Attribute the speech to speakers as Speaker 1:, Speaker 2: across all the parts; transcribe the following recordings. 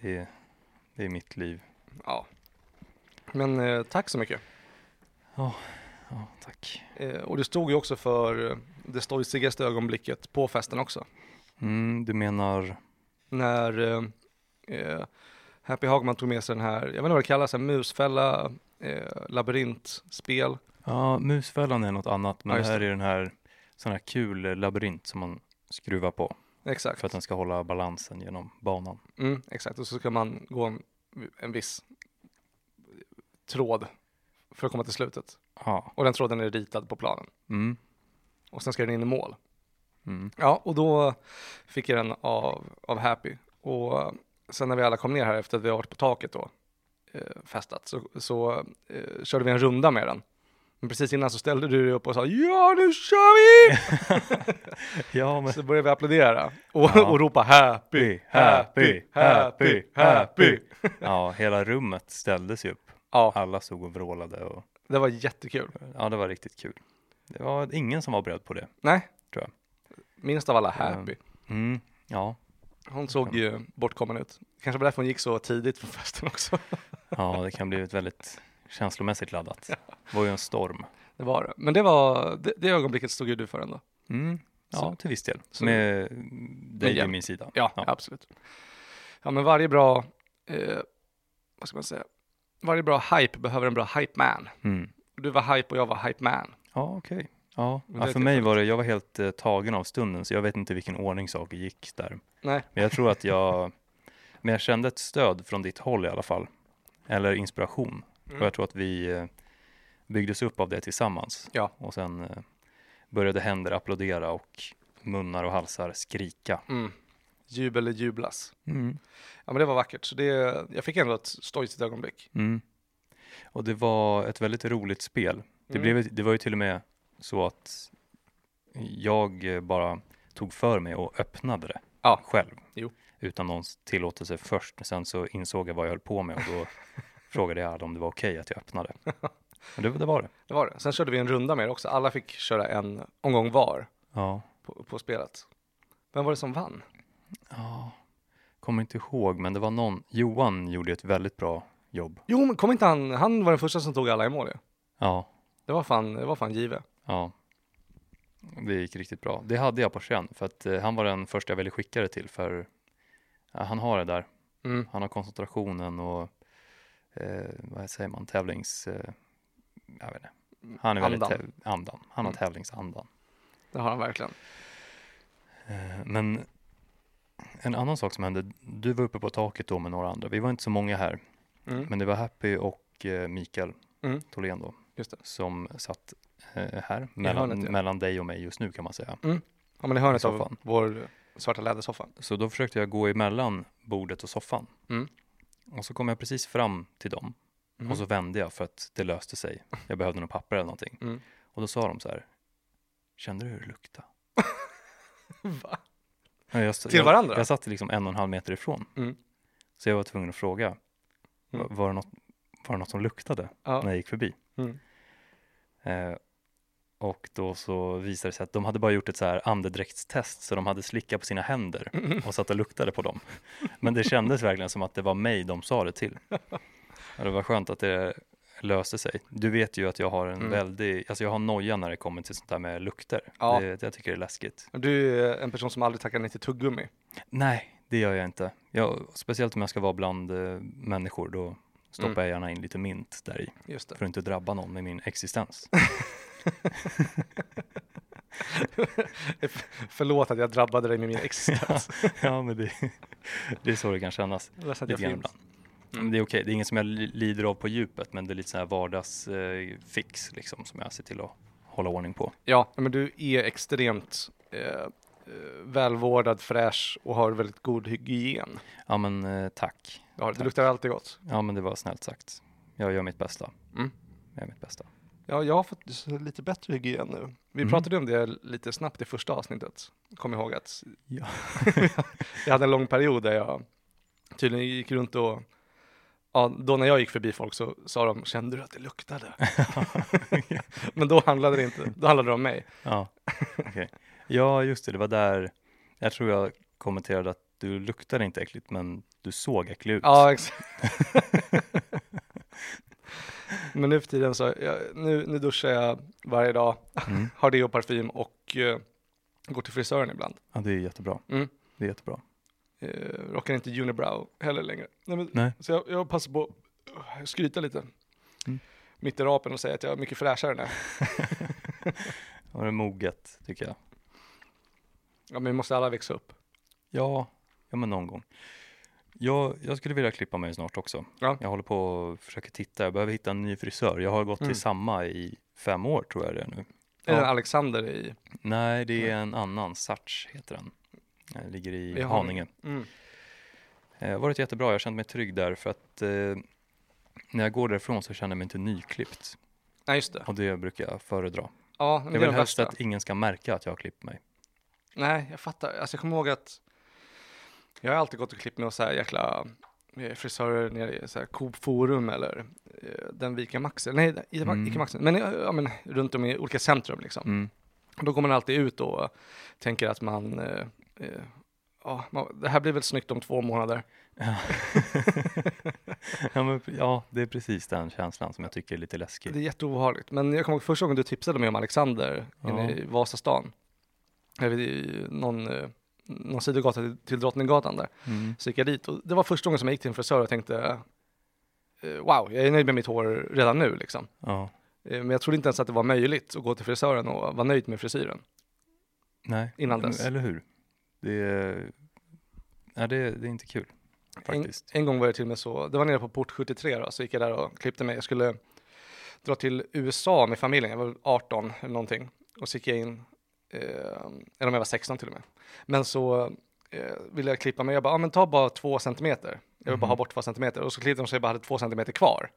Speaker 1: Det är, det är mitt liv.
Speaker 2: Ja. Men eh, tack så mycket.
Speaker 1: Ja, tack.
Speaker 2: Eh, och du stod ju också för eh, det stojsigaste ögonblicket på festen också.
Speaker 1: Mm, du menar,
Speaker 2: När eh, eh, Happy Hagman tog med sig den här, jag vet inte vad det kallas, en musfälla, eh, labyrintspel.
Speaker 1: ja, musfällan är något annat, men
Speaker 2: Ja,
Speaker 1: det
Speaker 2: just
Speaker 1: här är den här sån här kul eh, labyrint som man skruvar på
Speaker 2: Exakt.
Speaker 1: för att den ska hålla balansen genom banan.
Speaker 2: Mm, exakt, och så ska man gå en, en viss tråd för att komma till slutet.
Speaker 1: Ja,
Speaker 2: Och den tråden är ritad på planen.
Speaker 1: mm,
Speaker 2: Och sen ska den in i mål.
Speaker 1: mm,
Speaker 2: Ja, och då fick jag den av, av Happy. Och eh, sen när vi alla kom ner här efter att vi har varit på taket då, eh, festat, så, så eh, körde vi en runda med den. Men precis innan så ställde du dig upp och sa ja, nu kör vi!
Speaker 1: ja, men
Speaker 2: Så började vi applådera och,
Speaker 1: Ja.
Speaker 2: och ropa happy, happy, happy, happy.
Speaker 1: ja, hela rummet ställdes ju upp.
Speaker 2: Ja,
Speaker 1: Alla stod och vrålade och
Speaker 2: det var jättekul.
Speaker 1: ja, det var riktigt kul. Det var ingen som var beredd på det.
Speaker 2: Nej,
Speaker 1: Tror jag.
Speaker 2: minst av alla happy.
Speaker 1: Mm, ja,
Speaker 2: Hon såg ju bortkommen ut. Kanske var därför hon gick så tidigt från festen också.
Speaker 1: ja, det kan bli ett väldigt känslomässigt laddat. Det var ju en storm.
Speaker 2: Det var det. Men det var, det, det ögonblicket stod ju du för ändå.
Speaker 1: Mm, ja,
Speaker 2: Så-
Speaker 1: till viss del.
Speaker 2: så-
Speaker 1: Med dig
Speaker 2: hjälp.
Speaker 1: vid min sida.
Speaker 2: Ja,
Speaker 1: Ja.
Speaker 2: absolut. Ja, men varje bra, eh, vad ska man säga, varje bra hype behöver en bra hype man.
Speaker 1: Mm.
Speaker 2: Du var hype och jag var hype man.
Speaker 1: Ja, okej. Ja,
Speaker 2: Men
Speaker 1: ja,
Speaker 2: det är
Speaker 1: för mig var det, jag var helt eh, tagen av stunden så jag vet inte vilken ordning saker gick där.
Speaker 2: Nej,
Speaker 1: Men jag tror att jag, men jag kände ett stöd från ditt håll i alla fall. Eller inspiration.
Speaker 2: Mm.
Speaker 1: Och jag tror att vi eh, byggdes upp av det tillsammans.
Speaker 2: Ja.
Speaker 1: Och sen eh, började händer applådera och munnar och halsar skrika.
Speaker 2: mm. jubel eller jublas.
Speaker 1: Mm.
Speaker 2: Ja, men det var vackert. Så det, jag fick ändå ett stojigt ögonblick.
Speaker 1: Mm. Och det var ett väldigt roligt spel. Det,
Speaker 2: Mm.
Speaker 1: blev, det var ju till och med så att jag eh, bara tog för mig och öppnade det
Speaker 2: Ja.
Speaker 1: själv.
Speaker 2: Jo.
Speaker 1: Utan någons tillåtelse först. Men Sen så insåg jag vad jag höll på med och då frågade jag alla om det var okej att jag öppnade. Och det, det var det.
Speaker 2: Det var det. Sen körde vi en runda med det också. Alla fick köra en omgång var
Speaker 1: Ja.
Speaker 2: på, på spelet. Vem var det som vann?
Speaker 1: ja. Kommer inte ihåg, men det var någon. Johan gjorde ett väldigt bra jobb.
Speaker 2: Jo, men kom inte han, han var den första som tog alla i mål ju.
Speaker 1: Ja.
Speaker 2: Det var fan, det var fan give.
Speaker 1: Ja. Det gick riktigt bra. Det hade jag på känn för att eh, han var den första jag ville skicka det till för ja, han har det där.
Speaker 2: Mm.
Speaker 1: Han har koncentrationen och eh, vad säger man, tävlings... Eh, jag vet inte. Han är
Speaker 2: Andan.
Speaker 1: väldigt täv- andan. Han har
Speaker 2: Mm.
Speaker 1: tävlingsandan.
Speaker 2: Det har han verkligen.
Speaker 1: Eh, men en annan sak som hände, du var uppe på taket då med några andra. Vi var inte så många här,
Speaker 2: Mm.
Speaker 1: men det var Happy och eh, Mikael
Speaker 2: Mm.
Speaker 1: Tholén då
Speaker 2: Just det.
Speaker 1: som satt eh, här
Speaker 2: hörnet,
Speaker 1: mellan,
Speaker 2: ja.
Speaker 1: mellan dig och mig just nu kan man säga.
Speaker 2: Ja, men i hörnet
Speaker 1: I
Speaker 2: av
Speaker 1: soffan.
Speaker 2: vår svarta lädersoffa.
Speaker 1: Så då försökte jag gå emellan bordet och soffan.
Speaker 2: Mm.
Speaker 1: Och så kom jag precis fram till dem
Speaker 2: Mhm.
Speaker 1: och så vände jag för att det löste sig. Jag behövde några papper eller någonting.
Speaker 2: Mm.
Speaker 1: Och då sa de så här, kände du hur det luktade?
Speaker 2: Va?
Speaker 1: Ja, Jag, sa-
Speaker 2: Till
Speaker 1: jag,
Speaker 2: varandra?
Speaker 1: jag satt liksom en och en halv meter ifrån.
Speaker 2: Mm.
Speaker 1: Så jag var tvungen att fråga, "Va-
Speaker 2: Mm.
Speaker 1: var, det något, var det något som luktade
Speaker 2: Ja.
Speaker 1: när jag gick förbi?
Speaker 2: Mm.
Speaker 1: Eh, och då så visade det sig att de hade bara gjort ett så här andedräktstest, så de hade slickat på sina händer och satt och luktade på dem. Men det kändes verkligen som att det var mig de sa det till. Och det var skönt att det löste sig. Du vet ju att jag har en
Speaker 2: Mm.
Speaker 1: väldig, alltså jag har noja när det kommer till sånt där med lukter.
Speaker 2: Ja.
Speaker 1: Det, jag tycker det är läskigt.
Speaker 2: Du är en person som aldrig tackar nej till tuggummi.
Speaker 1: Nej, det gör jag inte. Jag, speciellt om jag ska vara bland eh, människor, då stoppar
Speaker 2: Mm.
Speaker 1: jag gärna in lite mint där i
Speaker 2: Just det.
Speaker 1: för att inte drabba någon med min existens.
Speaker 2: Förlåt att jag drabbade dig med min existens.
Speaker 1: ja, men det, det är så det kan kännas.
Speaker 2: Jag är ledsen att jag
Speaker 1: Lite grann
Speaker 2: finns.
Speaker 1: ibland. Men Det är okej, det är inget som jag li- lider av på djupet, men det är lite så här vardagsfix liksom som jag ser till att hålla ordning på.
Speaker 2: Ja, men du är extremt eh, eh, välvårdad, fräsch och har väldigt god hygien.
Speaker 1: Ja, men eh, tack.
Speaker 2: Du, har, du
Speaker 1: Tack.
Speaker 2: luktar alltid gott.
Speaker 1: Ja, men det var snällt sagt. Jag gör mitt bästa.
Speaker 2: Mm.
Speaker 1: Jag gör mitt bästa.
Speaker 2: Ja, jag har fått lite bättre hygien nu. Vi
Speaker 1: Mm.
Speaker 2: pratade om det lite snabbt i första avsnittet. Kom ihåg att
Speaker 1: Ja.
Speaker 2: jag hade en lång period där jag tydligen gick runt och Ja, då när jag gick förbi folk så sa de, kände du att det luktade? Men då handlade det inte, då handlade det om mig.
Speaker 1: ja, okej. Ja, just det, det var där jag tror jag kommenterade att du luktade inte äckligt, men du såg äcklig ut.
Speaker 2: Ja, exakt. Men nu för tiden så, jag, nu, nu duschar jag varje dag,
Speaker 1: Mm.
Speaker 2: har det och parfym och eh, går till frisören ibland.
Speaker 1: ja det är jättebra.
Speaker 2: Mm.
Speaker 1: Det är jättebra.
Speaker 2: Eh, rockar inte unibrow heller längre. Nej, men,
Speaker 1: Nej.
Speaker 2: Så jag, jag passar på att skryta lite.
Speaker 1: Mm.
Speaker 2: Mitt i rapen och säga att jag är mycket fräschare nu.
Speaker 1: Och det är moget, tycker jag.
Speaker 2: Ja, men vi måste alla växa upp.
Speaker 1: Ja, ja men någon gång. Jag, jag skulle vilja klippa mig snart också.
Speaker 2: Ja.
Speaker 1: Jag håller på och försöker titta. Jag behöver hitta en ny frisör. Jag har gått
Speaker 2: Mm.
Speaker 1: till samma i fem år tror jag det är nu.
Speaker 2: Är
Speaker 1: Ja.
Speaker 2: det Alexander i...
Speaker 1: Nej, det är
Speaker 2: Mm.
Speaker 1: en annan. Sarts heter den. Den ligger i
Speaker 2: I Haninge.
Speaker 1: Haninge. Det har varit jättebra. Jag har känt mig trygg där för att eh, när jag går därifrån så känner jag mig inte nyklippt.
Speaker 2: Nej, just det.
Speaker 1: Och det brukar jag föredra.
Speaker 2: Ja, men
Speaker 1: Jag
Speaker 2: det är
Speaker 1: vill
Speaker 2: det
Speaker 1: helst
Speaker 2: värsta.
Speaker 1: att ingen ska märka att jag har klippt mig.
Speaker 2: Nej, jag fattar. Alltså, jag kommer ihåg att jag har alltid gått och klippt mig hos så här jäkla eh, frisörer nere i så här Coop Forum eller eh, den Vika Maxi. Nej, i-
Speaker 1: Mm.
Speaker 2: Ica Maxi. Men, eh, ja, men runt om i olika centrum liksom.
Speaker 1: Mm.
Speaker 2: Då går man alltid ut och tänker att man, eh, eh, ja, man, det här blir väl snyggt om två månader.
Speaker 1: Mm. Ja, men, ja, det är precis den känslan som jag tycker är lite läskig.
Speaker 2: Det är jätteobehagligt. Men jag kommer ihåg första gången du tipsade mig om Alexander
Speaker 1: Ja.
Speaker 2: inne i Vasastan. Jag vet, i någon, eh, någon sidogata till, till Drottninggatan där.
Speaker 1: Mm.
Speaker 2: Så gick jag dit och det var första gången som jag gick till en frisör och tänkte eh, wow, jag är nöjd med mitt hår redan nu liksom.
Speaker 1: Ja,
Speaker 2: Eh, Men jag trodde inte ens att det var möjligt att gå till frisören och vara nöjd med frisyren.
Speaker 1: nej.
Speaker 2: Innan
Speaker 1: Mm,
Speaker 2: dess.
Speaker 1: Eller hur? Det är, ja, det, det är inte kul faktiskt.
Speaker 2: En gång var det till och med så, det var nere på port 73 då, så gick jag där och klippte mig. Jag skulle dra till USA med familjen, jag var väl 18 eller någonting. Och så gick jag in, eh, eller om jag var 16 till och med. Men så eh, ville jag klippa mig, jag bara, ah, men ta bara två centimeter. Jag vill bara ha bort två centimeter. Och så klippte de sig och bara hade två centimeter kvar.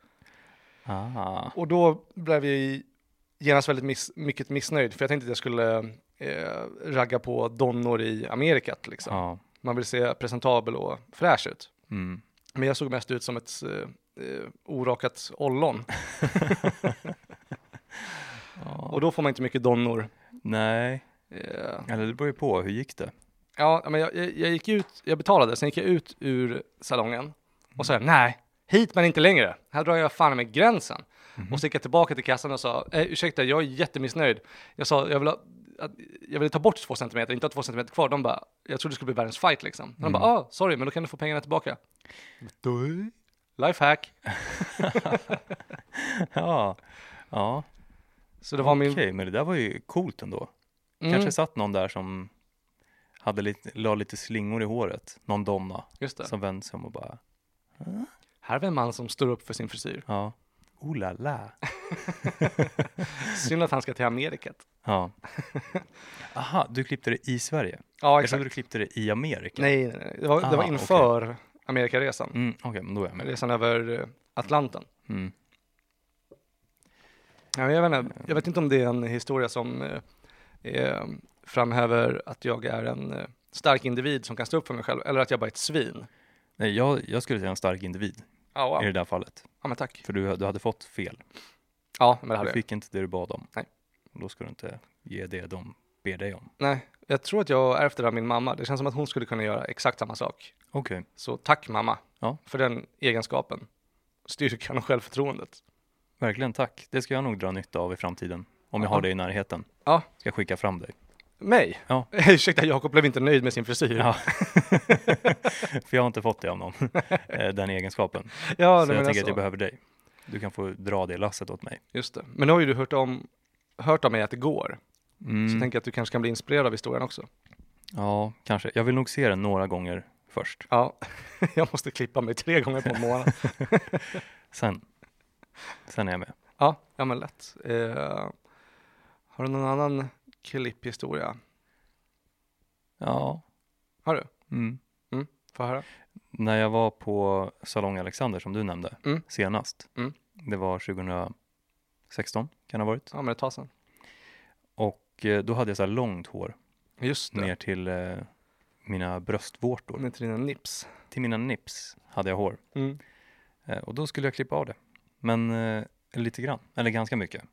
Speaker 1: Ah,
Speaker 2: Och då blev jag genast väldigt miss, mycket missnöjd, för jag tänkte att jag skulle eh, ragga på donnor i Amerika liksom.
Speaker 1: ja.
Speaker 2: Man vill se presentabel och fräsch ut.
Speaker 1: Mm.
Speaker 2: Men jag såg mest ut som ett eh, eh, orakat ollon. Och då får man inte mycket donnor.
Speaker 1: Nej,
Speaker 2: Eh,
Speaker 1: eller det beror ju på. Hur gick det?
Speaker 2: ja, men jag, jag, jag gick ut, jag betalade, sen gick jag ut ur salongen och sa nej, hit men inte längre. Här drar jag fan med gränsen.
Speaker 1: Mhm.
Speaker 2: Och så gick jag tillbaka till kassan och sa, eh, ursäkta, jag är jättemissnöjd. Jag sa, jag vill ha att- jag ville ta bort två centimeter, inte ha två centimeter kvar. De bara, jag trodde det skulle bli världens fight liksom. De
Speaker 1: Mm.
Speaker 2: bara, ah, sorry, men då kan du få pengarna tillbaka. Lifehack.
Speaker 1: Ja, ja.
Speaker 2: Så det var
Speaker 1: okej,
Speaker 2: min...
Speaker 1: men det där var ju coolt ändå.
Speaker 2: Mm,
Speaker 1: Kanske satt någon där som hade lite, la lite slingor i håret, någon donna,
Speaker 2: just det.
Speaker 1: som vände sig om och bara,
Speaker 2: Här är väl en man som står upp för sin frisyr.
Speaker 1: ja, oh la la.
Speaker 2: Synd att han ska till Amerikat.
Speaker 1: Ja. Aha, du klippte det i Sverige?
Speaker 2: Ja,
Speaker 1: Jag
Speaker 2: exakt.
Speaker 1: trodde du klippte det i Amerika.
Speaker 2: Nej, nej, nej. Det, var,
Speaker 1: Ah,
Speaker 2: det var inför Amerikaresan.
Speaker 1: Mm, Okej, men då är jag med.
Speaker 2: Resan över eh, Atlanten.
Speaker 1: Mm.
Speaker 2: Ja, jag, vet inte, jag vet inte om det är en historia som eh, eh, framhäver att jag är en eh, stark individ som kan stå upp för mig själv, eller att jag bara är ett svin.
Speaker 1: Nej, jag, jag skulle säga en stark individ
Speaker 2: Ja,
Speaker 1: i
Speaker 2: wow.
Speaker 1: det där fallet.
Speaker 2: ja men tack.
Speaker 1: För du, du hade fått fel.
Speaker 2: Ja, men det hade
Speaker 1: Du
Speaker 2: jag.
Speaker 1: fick inte det du bad om.
Speaker 2: Nej.
Speaker 1: Och Då ska du inte ge det de ber dig om.
Speaker 2: Nej, jag tror att jag ärvde det av min mamma. Det känns som att hon skulle kunna göra exakt samma sak.
Speaker 1: Okej.
Speaker 2: Så tack mamma
Speaker 1: Ja.
Speaker 2: för den egenskapen, styrkan och självförtroendet.
Speaker 1: Verkligen tack. Det ska jag nog dra nytta av i framtiden. Om jag
Speaker 2: Ja.
Speaker 1: har dig i närheten.
Speaker 2: Ja.
Speaker 1: Ska jag skicka fram dig.
Speaker 2: Mig?
Speaker 1: Ja.
Speaker 2: Ursäkta, Jakob blev inte nöjd med sin frisyr.
Speaker 1: Ja. För jag har inte fått det av någon, eh, den egenskapen. så
Speaker 2: Ja, nej,
Speaker 1: jag
Speaker 2: men
Speaker 1: tänker att
Speaker 2: alltså,
Speaker 1: jag behöver dig. Du kan få dra det lasset åt mig.
Speaker 2: just det. Men nu har ju du hört om, hört av mig att det går. Så
Speaker 1: Mm.
Speaker 2: jag tänker att du kanske kan bli inspirerad av historien också.
Speaker 1: Ja, kanske. Jag vill nog se den några gånger först.
Speaker 2: Ja, jag måste klippa mig tre gånger på en månad.
Speaker 1: Sen. Sen är jag med.
Speaker 2: ja, ja men lätt. Eh, har du någon annan klipphistoria?
Speaker 1: Ja.
Speaker 2: Har du?
Speaker 1: Mm.
Speaker 2: Får jag höra?
Speaker 1: När jag var på Salong Alexander som du nämnde
Speaker 2: Mm.
Speaker 1: senast.
Speaker 2: Mm.
Speaker 1: Det var 2016 kan det ha varit.
Speaker 2: Ja, men det tar sen.
Speaker 1: Och eh, då hade jag så här långt hår
Speaker 2: Just det.
Speaker 1: ner till eh, mina bröstvårtor.
Speaker 2: Med till dina nips.
Speaker 1: Till mina nips hade jag hår.
Speaker 2: Mm.
Speaker 1: Eh, och då skulle jag klippa av det. Men eh, lite grann, eller ganska mycket.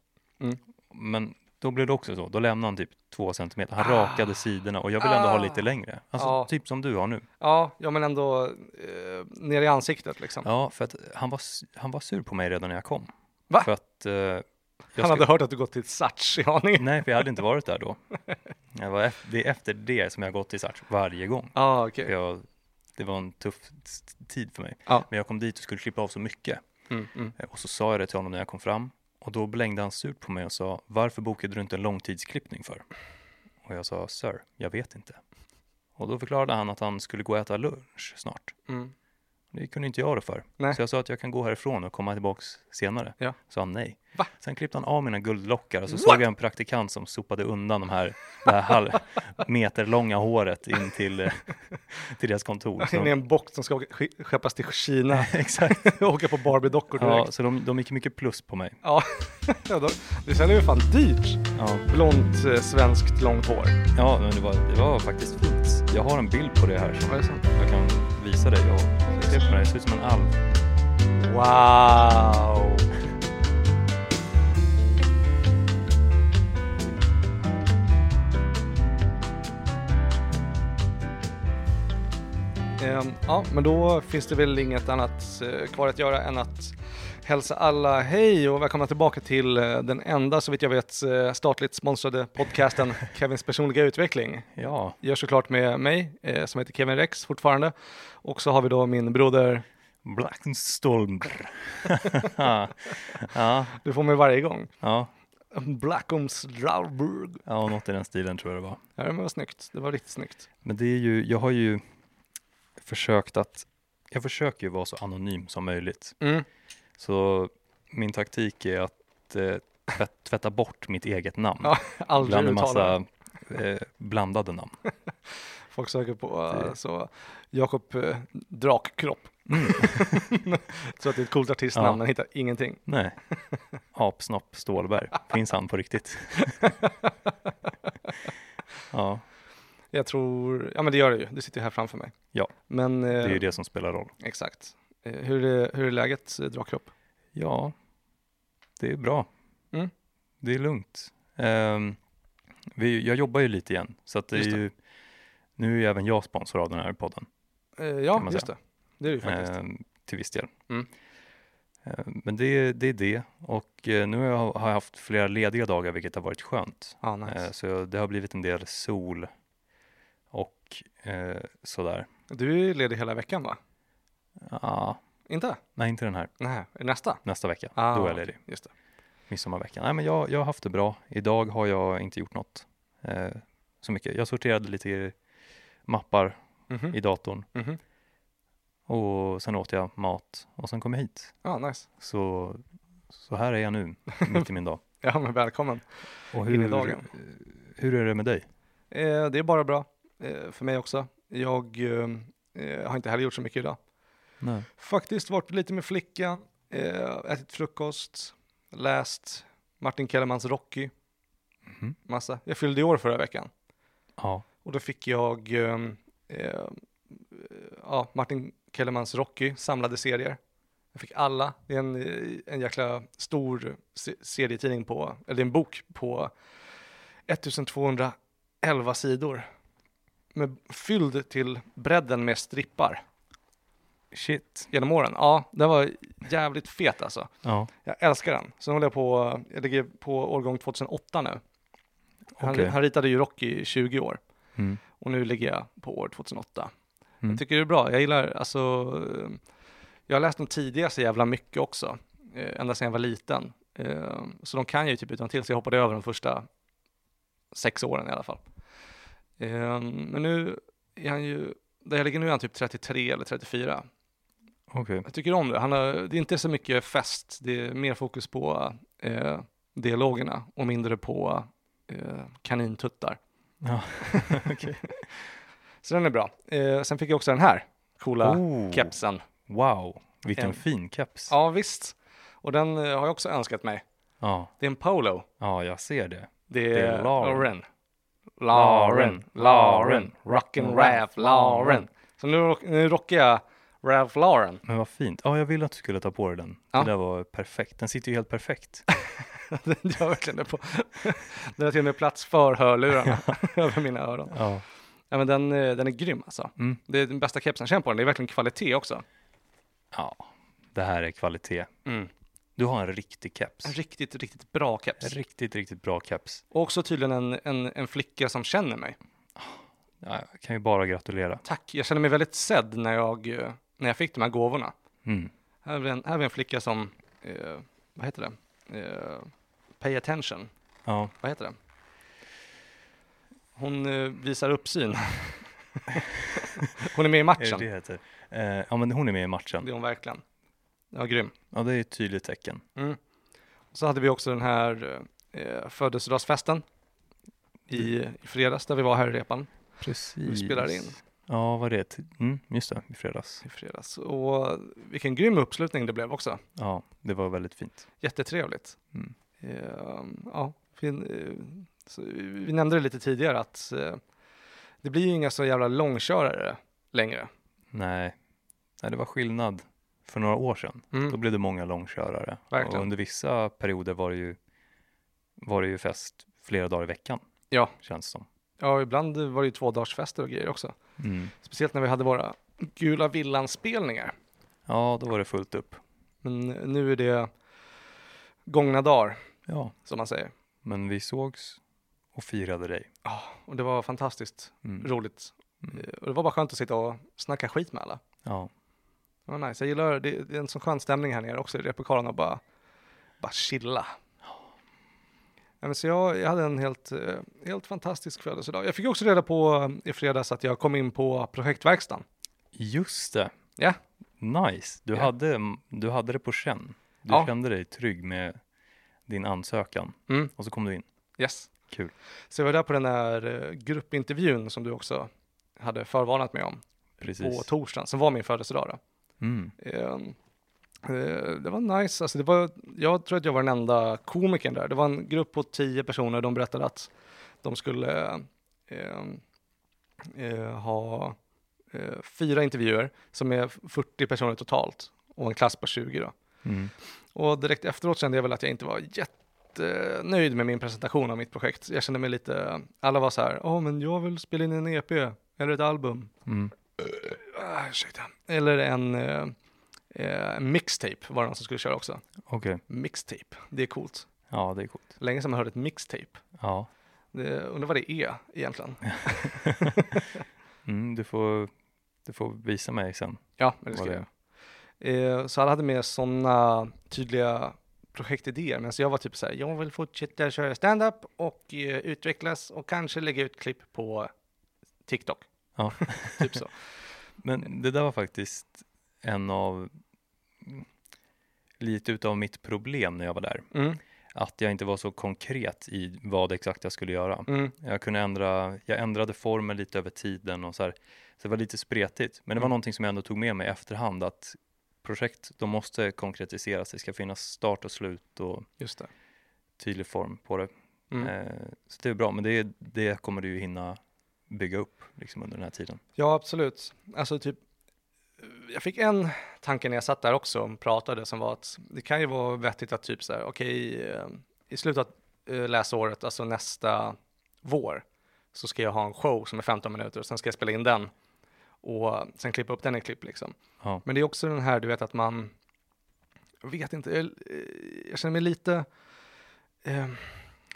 Speaker 2: Mm.
Speaker 1: Men Då blev det också så. Då lämnade han typ två centimeter. Han rakade sidorna och jag vill ändå ha lite längre. Alltså
Speaker 2: Ah. Ja.
Speaker 1: typ som du har nu.
Speaker 2: Ja, ja men ändå eh, ner i ansiktet liksom.
Speaker 1: Ja, för att han var, s- han var sur på mig redan när jag kom.
Speaker 2: Va?
Speaker 1: För att eh, jag
Speaker 2: Han hade hört att du gått till Sats i Haninge.
Speaker 1: Nej, för jag hade inte varit där då. Jag var, ef- det är efter det som jag har gått till Sarts varje gång.
Speaker 2: Ja, okej.
Speaker 1: För Jag, det var en tuff t- tid för mig.
Speaker 2: Ja.
Speaker 1: Men jag kom dit och skulle klippa av så mycket.
Speaker 2: Mm, mm.
Speaker 1: Eh, Och så sa jag det till honom när jag kom fram. Och då blängde han surt på mig och sa, varför bokade du inte en långtidsklippning för? Och jag sa, sir, jag vet inte. Och då förklarade han att han skulle gå och äta lunch snart.
Speaker 2: Mm.
Speaker 1: Det kunde inte jag då för.
Speaker 2: Nej.
Speaker 1: Så jag sa att jag kan gå härifrån och komma tillbaks senare.
Speaker 2: Ja.
Speaker 1: Sa han nej.
Speaker 2: Va?
Speaker 1: Sen klippte han av mina guldlockar och så
Speaker 2: What?
Speaker 1: såg jag en praktikant som sopade undan de här, det här halv meterlånga håret in till, eh, till deras kontor. Så
Speaker 2: In i
Speaker 1: de,
Speaker 2: en bock som ska åka- sk- skeppas till Kina
Speaker 1: exakt.
Speaker 2: och åka på Barbie-dockor
Speaker 1: Ja,
Speaker 2: direkt.
Speaker 1: så de, de gick mycket plus på mig.
Speaker 2: Ja. ja. då, det säljer ju fan dyrt.
Speaker 1: Ja,
Speaker 2: Blont, eh, svenskt, långt hår.
Speaker 1: ja men det var, det var faktiskt fint. Jag har en bild på det här som
Speaker 2: Vad är det sant?
Speaker 1: jag kan visa dig. Och se på det, här. det ser ut som en alv.
Speaker 2: Ehm, Wow! Ehm, Ja, men då finns det väl inget annat eh, kvar att göra än att hälsa alla hej och välkomna tillbaka till eh, den enda, så vitt jag vet, eh, statligt sponsrade podcasten Kevins personliga utveckling.
Speaker 1: Ja,
Speaker 2: Gör såklart med mig, eh, som heter Kevin Rex fortfarande. Och så har vi då min broder,
Speaker 1: Blackstolm. ja,
Speaker 2: du får mig varje gång.
Speaker 1: ja,
Speaker 2: Blackums Drauburg.
Speaker 1: ja, något i den stilen tror jag det var.
Speaker 2: Ja, det var snyggt. Det var riktigt snyggt.
Speaker 1: Men det är ju, jag har ju försökt att, jag försöker ju vara så anonym som möjligt.
Speaker 2: Mm.
Speaker 1: Så min taktik är att eh, tvätt, tvätta bort mitt eget namn.
Speaker 2: Ja, Aldrig
Speaker 1: bland en
Speaker 2: uttala det.
Speaker 1: massa eh, blandade namn.
Speaker 2: Folk söker på
Speaker 1: Det-
Speaker 2: eh, så Jakob eh, Drakkropp. så att det är ett coolt artistnamn,
Speaker 1: Ja.
Speaker 2: men hittar ingenting.
Speaker 1: Nej, Apsnopp Stålberg, finns han på riktigt? ja,
Speaker 2: Jag tror, ja men det gör det ju, det sitter ju här framför mig.
Speaker 1: Ja.
Speaker 2: Men, eh,
Speaker 1: det är ju det som spelar roll.
Speaker 2: exakt. Eh, hur, är, hur är läget, eh, Drakkropp?
Speaker 1: Ja, det är bra.
Speaker 2: Mm.
Speaker 1: Det är lugnt. Ehm, vi, jag jobbar ju lite igen, så att det är
Speaker 2: Just det.
Speaker 1: ju, nu är ju även jag sponsor av den här podden,
Speaker 2: Eh, ja,
Speaker 1: Kan man
Speaker 2: just det. Det är det ju faktiskt.
Speaker 1: ehm, till viss del.
Speaker 2: Mm.
Speaker 1: Ehm, men det, det är det, och eh, nu har jag, har jag haft flera lediga dagar, vilket har varit skönt.
Speaker 2: ah, nice.
Speaker 1: Eh, så jag, det har blivit en del sol och eh, sådär.
Speaker 2: Du är ledig hela veckan va?
Speaker 1: Ja,
Speaker 2: Inte?
Speaker 1: nej, inte den här.
Speaker 2: Nej, nästa?
Speaker 1: Nästa vecka,
Speaker 2: Ah,
Speaker 1: då är jag
Speaker 2: okej.
Speaker 1: ledig.
Speaker 2: Just det.
Speaker 1: midsommarveckan. Nej, men jag, jag har haft det bra. Idag har jag inte gjort något eh, så mycket. Jag sorterade lite mappar
Speaker 2: Mhm,
Speaker 1: i datorn
Speaker 2: mhm.
Speaker 1: och sen åt jag mat och sen kom jag hit.
Speaker 2: Ah, nice.
Speaker 1: Så, så här är jag nu, mitt i min dag.
Speaker 2: Ja, men välkommen.
Speaker 1: Och
Speaker 2: In i
Speaker 1: hur,
Speaker 2: dagen.
Speaker 1: hur är det med dig?
Speaker 2: Eh, det är bara bra eh, för mig också. Jag eh, eh, har inte heller gjort så mycket idag.
Speaker 1: Nej.
Speaker 2: Faktiskt varit lite med flickan, eh, ätit frukost, läst Martin Kellermans Rocky,
Speaker 1: Mhm.
Speaker 2: massa. Jag fyllde i år förra veckan
Speaker 1: Ja,
Speaker 2: och då fick jag eh, eh, ja, Martin Kellermans Rocky, samlade serier. Jag fick alla. Det är en, eh, en jäkla stor se- serietidning på, eller en bok på 1211 sidor. Med, fylld till bredden med strippar
Speaker 1: shit.
Speaker 2: genom åren. Ja, den var jävligt fet alltså.
Speaker 1: Ja,
Speaker 2: Jag älskar den. Sen håller jag på, jag ligger på årgång 2008 nu. Han,
Speaker 1: Okej.
Speaker 2: han ritade ju Rocky i 20 år
Speaker 1: mm.
Speaker 2: och nu ligger jag på år 2008.
Speaker 1: Mm.
Speaker 2: Jag tycker det är bra. Jag gillar, alltså, eh, jag har läst dem tidigare så jävla mycket också, eh, ända sedan jag var liten. Eh, Så de kan jag ju typ utan till så jag hoppade över de första sex åren i alla fall. Eh, Men nu är han ju, där jag ligger nu är han typ 33 eller 34.
Speaker 1: okej.
Speaker 2: Jag tycker om det. Han har, det är inte så mycket fest, det är mer fokus på eh, dialogerna och mindre på eh, kanintuttar.
Speaker 1: Ja. Okej.
Speaker 2: Så den är bra. Eh, sen fick jag också den här coola
Speaker 1: Oh,
Speaker 2: kepsen.
Speaker 1: Wow, vilken
Speaker 2: En-
Speaker 1: fin keps. Ja.
Speaker 2: Ja, visst. Och den eh, har jag också önskat mig.
Speaker 1: Ja.
Speaker 2: Det är en polo.
Speaker 1: jag ser det.
Speaker 2: Det är,
Speaker 1: Det är Lauren.
Speaker 2: Lauren. Lauren, Lauren, Rockin' Ralph Lauren. Så nu, rock- nu rockar jag Ralph Lauren.
Speaker 1: Men vad fint. Ja, jag ville att du skulle ta på dig den.
Speaker 2: Ja.
Speaker 1: Det där var perfekt. Den sitter ju helt perfekt.
Speaker 2: Den gör verkligen det på. Den har till och med plats för hörlurarna över mina öron.
Speaker 1: Ja.
Speaker 2: Ja, men den, eh, den är grym alltså.
Speaker 1: Mm.
Speaker 2: Det är den bästa kepsen. Känn på den, det är verkligen kvalitet också.
Speaker 1: ja, det här är kvalitet. Du har en riktig keps.
Speaker 2: En riktigt, riktigt bra
Speaker 1: En
Speaker 2: keps.
Speaker 1: riktigt, riktigt bra keps.
Speaker 2: Och också tydligen en, en, en flicka som känner mig.
Speaker 1: Ja, jag kan ju bara gratulera.
Speaker 2: Tack, jag känner mig väldigt sedd när jag, eh, när jag fick de här gåvorna.
Speaker 1: Mm.
Speaker 2: Här är en, här är en flicka som, eh, vad heter det? Eh, pay attention,
Speaker 1: Ja,
Speaker 2: vad heter det? Hon eh, visar uppsyn. hon är
Speaker 1: är det
Speaker 2: med i
Speaker 1: det
Speaker 2: matchen,
Speaker 1: heter? Eh, ja, men hon är med i matchen.
Speaker 2: det är hon verkligen. Ja, grym. Mm.
Speaker 1: Ja, det är ett tydligt tecken.
Speaker 2: Så hade vi också den här eh, födelsedagsfesten i, i fredags där vi var här i repan
Speaker 1: Precis.
Speaker 2: Vi spelar in.
Speaker 1: Ja, vad det är. t- Mm, just det, i fredags.
Speaker 2: i fredags. Och vilken grym uppslutning det blev också.
Speaker 1: Ja, det var väldigt fint.
Speaker 2: Jättetrevligt.
Speaker 1: Mm.
Speaker 2: Eh, ja, fin, eh, så vi nämnde det lite tidigare att eh, det blir ju inga så jävla långkörare längre.
Speaker 1: Nej, Nej det var skillnad för några år sedan. Då
Speaker 2: Mm.
Speaker 1: blev det många långkörare.
Speaker 2: Verkligen.
Speaker 1: Och under vissa perioder var det, ju, var det ju fest flera dagar i veckan.
Speaker 2: Ja.
Speaker 1: Känns som.
Speaker 2: Ja, ibland var det ju tvådagsfester och grejer också.
Speaker 1: Mm.
Speaker 2: Speciellt när vi hade våra Gula Villan-spelningar.
Speaker 1: Ja, då var det fullt upp.
Speaker 2: Men nu är det gångna dagar,
Speaker 1: Ja,
Speaker 2: som man säger.
Speaker 1: men vi sågs och firade dig.
Speaker 2: Och det var fantastiskt
Speaker 1: Mm.
Speaker 2: roligt.
Speaker 1: Mm.
Speaker 2: Eh, Och det var bara skönt att sitta och snacka skit med alla.
Speaker 1: Ja,
Speaker 2: Det var nice. Jag gillar, det, det är en sån skön stämning här nere också i replokalen och bara, bara chilla. Ja, men så jag, jag hade en helt, eh, helt fantastisk födelsedag. Jag fick också reda på eh, i fredags att jag kom in på projektverkstan.
Speaker 1: just det.
Speaker 2: Ja.
Speaker 1: Nice. Du,
Speaker 2: Ja.
Speaker 1: hade, mm, du hade det på känn. Du
Speaker 2: Ja.
Speaker 1: kände dig trygg med din ansökan.
Speaker 2: Mm.
Speaker 1: Och så kom du in.
Speaker 2: Yes.
Speaker 1: Kul.
Speaker 2: Så jag var där på den där eh, gruppintervjun som du också hade förvarnat mig om på
Speaker 1: Precis.
Speaker 2: torsdagen, som var min födelsedag. Då.
Speaker 1: Mm.
Speaker 2: Eh, eh, Det var nice. Alltså det var, jag tror att jag var den enda komikern där. Det var en grupp på tio personer. De berättade att de skulle eh, eh, ha eh, fyra intervjuer som är 40 personer totalt och en klass på 20. Då.
Speaker 1: Mm.
Speaker 2: Och direkt efteråt kände jag väl att jag inte var jättenöjd med min presentation av mitt projekt. Jag kände mig lite, alla var så här, ja men jag vill spela in en EP eller ett album.
Speaker 1: Mm.
Speaker 2: Ah, ursäkta. Eller en eh, eh, mixtape var det någon som skulle köra också.
Speaker 1: Okej.
Speaker 2: Mixtape, det är coolt.
Speaker 1: Ja, det är coolt.
Speaker 2: Länge sedan man hörde ett mixtape.
Speaker 1: Ja.
Speaker 2: Det, undrar vad det är egentligen.
Speaker 1: Mm, du, får, du får visa mig sen.
Speaker 2: Ja, men det ska
Speaker 1: Vad
Speaker 2: jag göra. Eh, så alla hade med sådana tydliga projektidéer. Men så jag var typ så här, jag vill fortsätta köra stand-up och eh, utvecklas och kanske lägga ut klipp på TikTok.
Speaker 1: Ja.
Speaker 2: typ så.
Speaker 1: Men det där var faktiskt en av lite utav mitt problem när jag var där.
Speaker 2: Mm,
Speaker 1: Att jag inte var så konkret i vad exakt jag skulle göra.
Speaker 2: mm,
Speaker 1: Jag kunde ändra, jag ändrade formen lite över tiden och så här. Så det var lite spretigt. Men det var
Speaker 2: Mm.
Speaker 1: någonting som jag ändå tog med mig i efterhand att projekt, de måste konkretiseras. Det ska finnas start och slut och
Speaker 2: just det.
Speaker 1: tydlig form på det.
Speaker 2: Mm.
Speaker 1: Eh, så det är bra, men det, det kommer du ju hinna bygga upp liksom under den här tiden.
Speaker 2: Ja, absolut. Alltså typ, jag fick en tanke när jag satt där också och pratade som var att det kan ju vara vettigt att typ så här, okej, eh, i slutet av eh, läsåret, alltså nästa vår, så ska jag ha en show som är 15 minuter och sen ska jag spela in den och sen klippa upp den i klipp liksom.
Speaker 1: Ja.
Speaker 2: Men det är också den här, du vet att man, jag vet inte, jag, eh, jag känner mig lite, eh,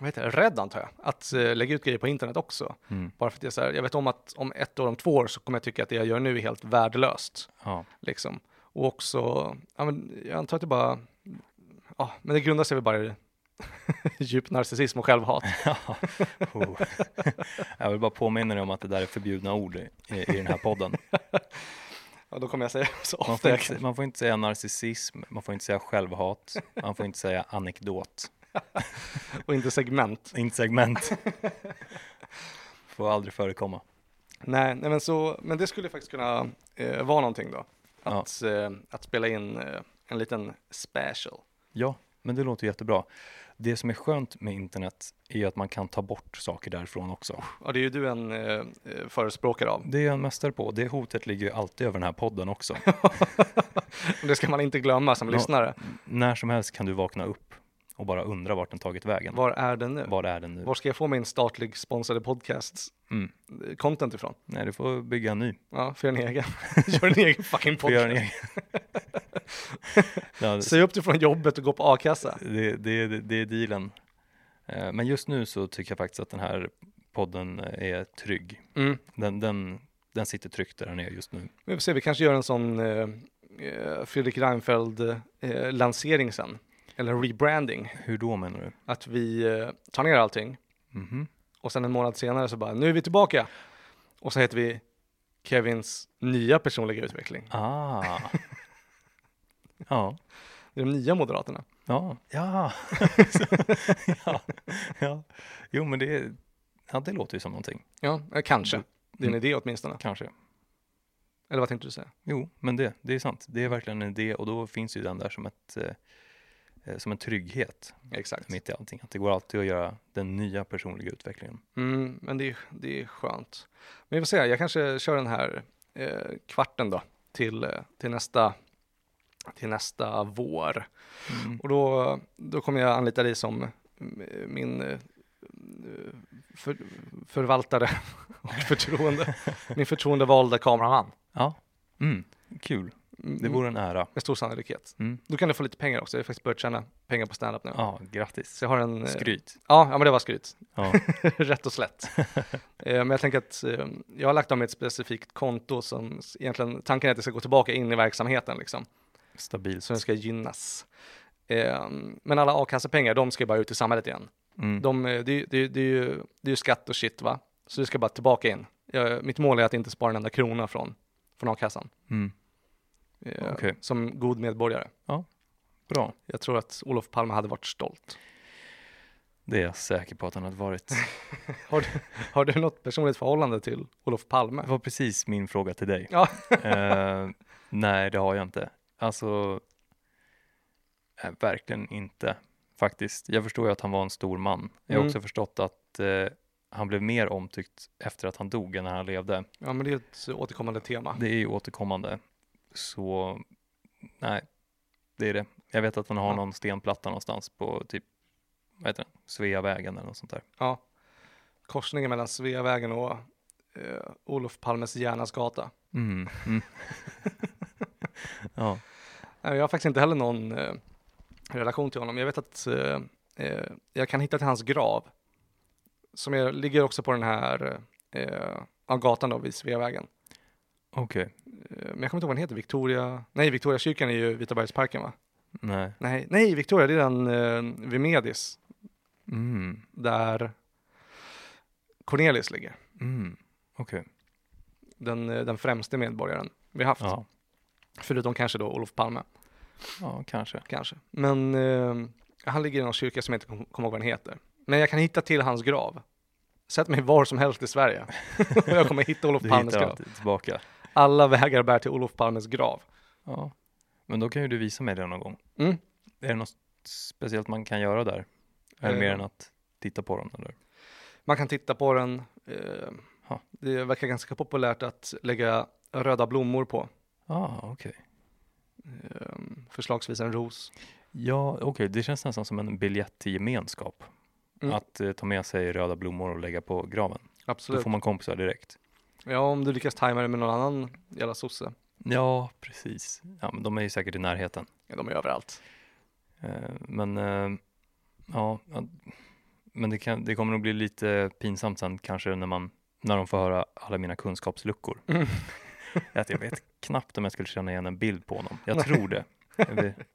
Speaker 2: vad heter det, rädd antar jag, att eh, lägga ut grejer på internet också.
Speaker 1: Mm.
Speaker 2: Bara för att jag, är så här, jag vet om att om ett år, om två år så kommer jag tycka att det jag gör nu är helt värdelöst.
Speaker 1: Ja.
Speaker 2: Liksom. Och också, ja, men jag antar att det bara, ja, men det grundar sig väl bara i djup narcissism och självhat.
Speaker 1: Oh. Jag vill bara påminna dig om att det där är förbjudna ord i, i den här podden.
Speaker 2: Ja, då kommer jag säga så
Speaker 1: Man
Speaker 2: ofta
Speaker 1: får,
Speaker 2: jag
Speaker 1: inte,
Speaker 2: kan.
Speaker 1: man får inte säga narcissism, man får inte säga självhat, man får inte säga anekdot,
Speaker 2: Och inte segment.
Speaker 1: inte segment. Får aldrig förekomma.
Speaker 2: Nej, nej men, så, men det skulle faktiskt kunna eh, vara någonting då.
Speaker 1: Ja.
Speaker 2: Att, eh, att spela in eh, en liten special.
Speaker 1: Ja, men det låter jättebra. Det som är skönt med internet är att man kan ta bort saker därifrån också.
Speaker 2: Ja, det är ju du en eh, eh, förespråkare av.
Speaker 1: Det är jag en mästare på. Det hotet ligger ju alltid över den här podden också.
Speaker 2: Det ska man inte glömma som
Speaker 1: Ja.
Speaker 2: lyssnare.
Speaker 1: När som helst kan du vakna upp och bara undrar vart den tagit vägen.
Speaker 2: Var är den nu?
Speaker 1: Var är den nu?
Speaker 2: Var ska jag få min statlig sponsrade podcasts
Speaker 1: Mm.
Speaker 2: eh, content ifrån?
Speaker 1: Nej, du får bygga en ny.
Speaker 2: Ja, för en egen. Gör en egen fucking
Speaker 1: Får göra en
Speaker 2: podcast.
Speaker 1: egen. ja,
Speaker 2: Säg upp dig från jobbet och gå på a-kassa.
Speaker 1: det, det, det, det är dealen. Eh, Men just nu så tycker jag faktiskt att den här podden är trygg.
Speaker 2: Mm.
Speaker 1: Den, den, den sitter tryggt där den är just nu.
Speaker 2: Vi får se, vi kanske gör en sån eh, eh, Fredrik Reinfeldt-lansering sen. Eller en rebranding.
Speaker 1: Hur då menar du?
Speaker 2: Att vi eh, tar ner allting
Speaker 1: Mhm.
Speaker 2: och sen en månad senare så bara, nu är vi tillbaka. Och så heter vi Kevins nya personliga utveckling.
Speaker 1: Ah. ja.
Speaker 2: Det är de nya Moderaterna.
Speaker 1: Ja. Ja. ja. ja. Jo, men det, ja, det låter ju som någonting.
Speaker 2: Ja, eh, kanske. Det är en
Speaker 1: Mm.
Speaker 2: idé åtminstone.
Speaker 1: Kanske.
Speaker 2: Eller vad tänkte du säga?
Speaker 1: Jo, men det, det är sant. Det är verkligen en idé och då finns ju den där som, ett, eh, eh, som en trygghet
Speaker 2: Exakt.
Speaker 1: mitt i allting. Att det går alltid att göra den nya personliga utvecklingen.
Speaker 2: Mm, men det är, det är skönt. Men vi får se, jag kanske kör den här eh, kvarten då till, eh, till, nästa, till nästa vår.
Speaker 1: Mm.
Speaker 2: Och då, då kommer jag anlita dig som mm, min eh, för, förvaltare och förtroende, min förtroendevalda kameraman.
Speaker 1: Ja, mm. kul. Det vore en ära.
Speaker 2: Med stor sannolikhet.
Speaker 1: Mm.
Speaker 2: Då kan du få lite pengar också, jag har faktiskt börjat tjäna pengar på standup nu.
Speaker 1: Ja, grattis.
Speaker 2: Så jag har en... eh,
Speaker 1: Skryt.
Speaker 2: Ja, ja, men det var skryt.
Speaker 1: Ja.
Speaker 2: Rätt och slätt. Eh, Men jag tänker att eh, jag har lagt om ett specifikt konto som s- egentligen tanken är att det ska gå tillbaka in i verksamheten liksom.
Speaker 1: Stabilt.
Speaker 2: Så den ska gynnas. Eh, Men alla a-kassepengar, de ska ju bara ut i samhället igen.
Speaker 1: Mm.
Speaker 2: De, eh, det, är ju- det, är ju- det, är ju, det är ju skatt och shit va? Så det ska bara tillbaka in. Jag, mitt mål är att inte spara en enda krona från, från a-kassan.
Speaker 1: Mm.
Speaker 2: eh,
Speaker 1: Okej.
Speaker 2: Som god medborgare.
Speaker 1: Bra.
Speaker 2: Jag tror att Olof Palme hade varit stolt.
Speaker 1: Det är jag säker på att han hade varit.
Speaker 2: Har du något personligt förhållande till Olof Palme?
Speaker 1: Det var precis min fråga till dig.
Speaker 2: Ja.
Speaker 1: Eh, nej, det har jag inte. Alltså, eh, verkligen inte faktiskt. Jag förstår ju att han var en stor man. Jag har
Speaker 2: Mm.
Speaker 1: också förstått att eh, han blev mer omtyckt efter att han dog än när han levde.
Speaker 2: Ja, men det är ett återkommande tema.
Speaker 1: Det är ju återkommande. Så nej, det är det. Jag vet att han har
Speaker 2: Ja.
Speaker 1: någon stenplatta någonstans på typ, vad heter den, Sveavägen eller något sånt där.
Speaker 2: Ja, korsningen mellan Sveavägen och eh, Olof Palmes Järnas gata.
Speaker 1: Mm. Mm. ja.
Speaker 2: Nej, Jag har faktiskt inte heller någon eh, relation till honom. Jag vet att eh, eh, jag kan hitta till hans grav, som är, ligger också på den här eh, ja, gatan då vid Sveavägen.
Speaker 1: Okej,
Speaker 2: Eh, men jag kommer inte ihåg vad den heter, Victoria... Nej, Victoriakyrkan är ju Vitabergsparken va?
Speaker 1: nej.
Speaker 2: Nej, nej, Victoria, det är den eh, vid Medis,
Speaker 1: Mm.
Speaker 2: där Cornelis ligger.
Speaker 1: Mm. Okej,
Speaker 2: Den, eh, den främste medborgaren vi haft,
Speaker 1: ja.
Speaker 2: förutom kanske då Olof Palme.
Speaker 1: ja, kanske.
Speaker 2: kanske. Men eh, han ligger i någon kyrka som jag inte kom- kommer ihåg vad den heter. Men jag kan hitta till hans grav. Sätt mig var som helst i Sverige. Och jag kommer hitta Olof
Speaker 1: Du
Speaker 2: Palmes
Speaker 1: hittar
Speaker 2: grav.
Speaker 1: alltid tillbaka.
Speaker 2: Alla vägar bär till Olof Palmes grav.
Speaker 1: Ja. Men då kan ju du visa mig det någon gång.
Speaker 2: Mm.
Speaker 1: Är det något speciellt man kan göra där? Eller
Speaker 2: Eh.
Speaker 1: mer än att titta på dem? Eller?
Speaker 2: Man kan titta på den. Eh,
Speaker 1: Ha.
Speaker 2: det verkar ganska populärt att lägga röda blommor på.
Speaker 1: Ah, okej.
Speaker 2: Eh, förslagsvis en ros.
Speaker 1: Ja, okej. Det känns nästan som en biljett till gemenskap.
Speaker 2: Mm.
Speaker 1: Att eh, ta med sig röda blommor och lägga på graven. Då
Speaker 2: Absolut.
Speaker 1: får man kompisar direkt.
Speaker 2: Ja, om du lyckas tajma det med någon annan jävla sosse.
Speaker 1: Ja, precis. Ja, men de är ju säkert i närheten.
Speaker 2: Ja, de är överallt.
Speaker 1: Eh, men eh, ja, ja, men det, kan, det kommer nog bli lite pinsamt sen kanske när, man, när de får höra alla mina kunskapsluckor.
Speaker 2: Mm.
Speaker 1: att jag vet knappt om jag skulle känna igen en bild på honom. Jag tror det. Jag vet-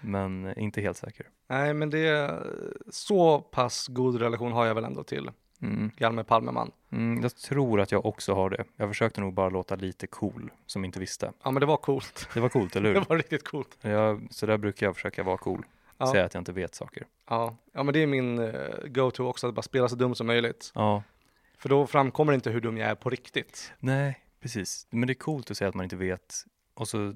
Speaker 1: Men inte helt säker.
Speaker 2: Nej, men det är så pass god relation har jag väl ändå till
Speaker 1: Mm.
Speaker 2: Hjalmar Palmeman.
Speaker 1: Mm, jag tror att jag också har det. Jag försökte nog bara låta lite cool, som inte visste.
Speaker 2: Ja men det var coolt.
Speaker 1: Det var coolt, eller
Speaker 2: Det
Speaker 1: hur?
Speaker 2: var riktigt coolt.
Speaker 1: Jag, så där brukar jag försöka vara cool.
Speaker 2: Ja.
Speaker 1: Säga att jag inte vet saker.
Speaker 2: Ja, ja men det är min eh, go-to också, att bara spela så dum som möjligt.
Speaker 1: Ja,
Speaker 2: För då framkommer inte hur dum jag är på riktigt.
Speaker 1: Nej, precis. Men det är coolt att säga att man inte vet. Och så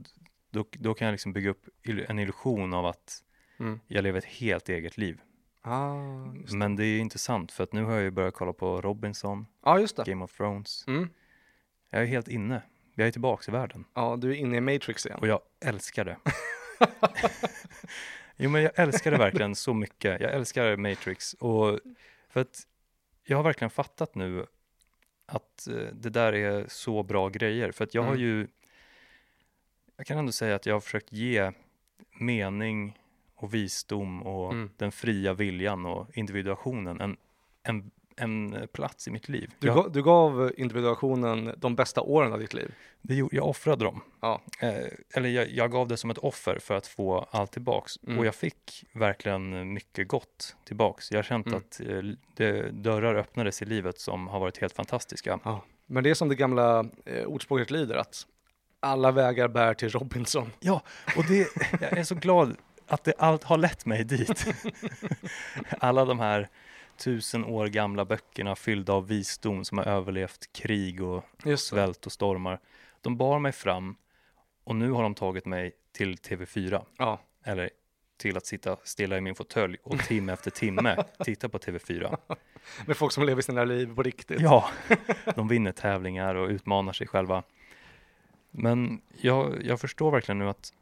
Speaker 1: då, då kan jag liksom bygga upp ill- en illusion av att
Speaker 2: Mm.
Speaker 1: jag lever ett helt eget liv.
Speaker 2: Ah, just det.
Speaker 1: Men det är ju intressant för att nu har jag ju börjat kolla på Robinson,
Speaker 2: Ja, just det.
Speaker 1: Game of Thrones.
Speaker 2: Mm.
Speaker 1: Jag är helt inne. Jag är tillbaks i världen
Speaker 2: Ja, du är inne i Matrix igen.
Speaker 1: och jag älskar det. Jo, men jag älskar det verkligen så mycket. Jag älskar Matrix. Och för att jag har verkligen fattat nu att eh, det där är så bra grejer. För att jag har
Speaker 2: Mm.
Speaker 1: ju, jag kan ändå säga att jag har försökt ge mening och visdom och
Speaker 2: Mm.
Speaker 1: den fria viljan och individuationen en, en, en plats i mitt liv.
Speaker 2: Du,
Speaker 1: jag,
Speaker 2: gav, du gav individuationen de bästa åren av ditt liv.
Speaker 1: det, gjorde- jag offrade dem.
Speaker 2: Ja.
Speaker 1: Eh, eller jag, jag gav det som ett offer för att få allt tillbaks.
Speaker 2: Mm.
Speaker 1: Och jag fick verkligen mycket gott tillbaks. Jag har känt
Speaker 2: Mm.
Speaker 1: att eh, det, dörrar öppnades i livet som har varit helt fantastiska.
Speaker 2: Men det är som det gamla eh, ordspråket lyder att alla vägar bär till Robinson.
Speaker 1: Och det, jag är så glad att det allt har lett mig dit. Alla de här tusen år gamla böckerna fyllda av visdom som har överlevt krig och
Speaker 2: Just det.
Speaker 1: svält och stormar. De bar mig fram och nu har de tagit mig till TV4.
Speaker 2: Ja.
Speaker 1: Eller till att sitta stilla i min fåtölj och timme efter timme titta på TV4.
Speaker 2: Med folk som lever sina liv på riktigt.
Speaker 1: Ja, de vinner tävlingar och utmanar sig själva. Men jag, jag förstår verkligen nu att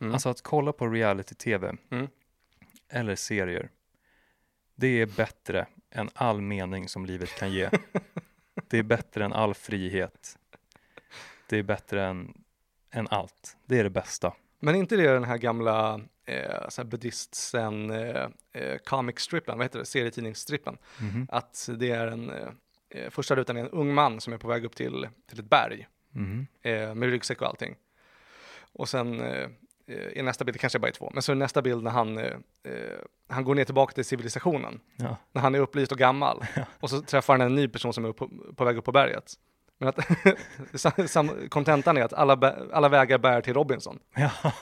Speaker 2: Mm.
Speaker 1: Alltså att kolla på reality-tv
Speaker 2: Mm.
Speaker 1: eller serier, det är bättre än all mening som livet kan ge. det är bättre än all frihet. Det är bättre än, än allt. Det är det bästa.
Speaker 2: Men inte det den här gamla eh, så här buddhistsen eh, eh, comic strippen, vad heter det, serietidningsstrippen.
Speaker 1: Mhm.
Speaker 2: Att det är en, eh, eh, första rutan är en ung man som är på väg upp till, till ett berg
Speaker 1: Mhm.
Speaker 2: eh, med ryggsäck och allting. Och sen eh, eh, i nästa bild, det kanske bara är två, men så är nästa bild när han, eh, eh, han går ner tillbaka till civilisationen,
Speaker 1: Ja.
Speaker 2: när han är upplyst och gammal. Och så träffar han en ny person som är upp, på väg upp på berget. Men att sam- sam- kontentan är att alla, bä- alla vägar bär till Robinson.
Speaker 1: Ja.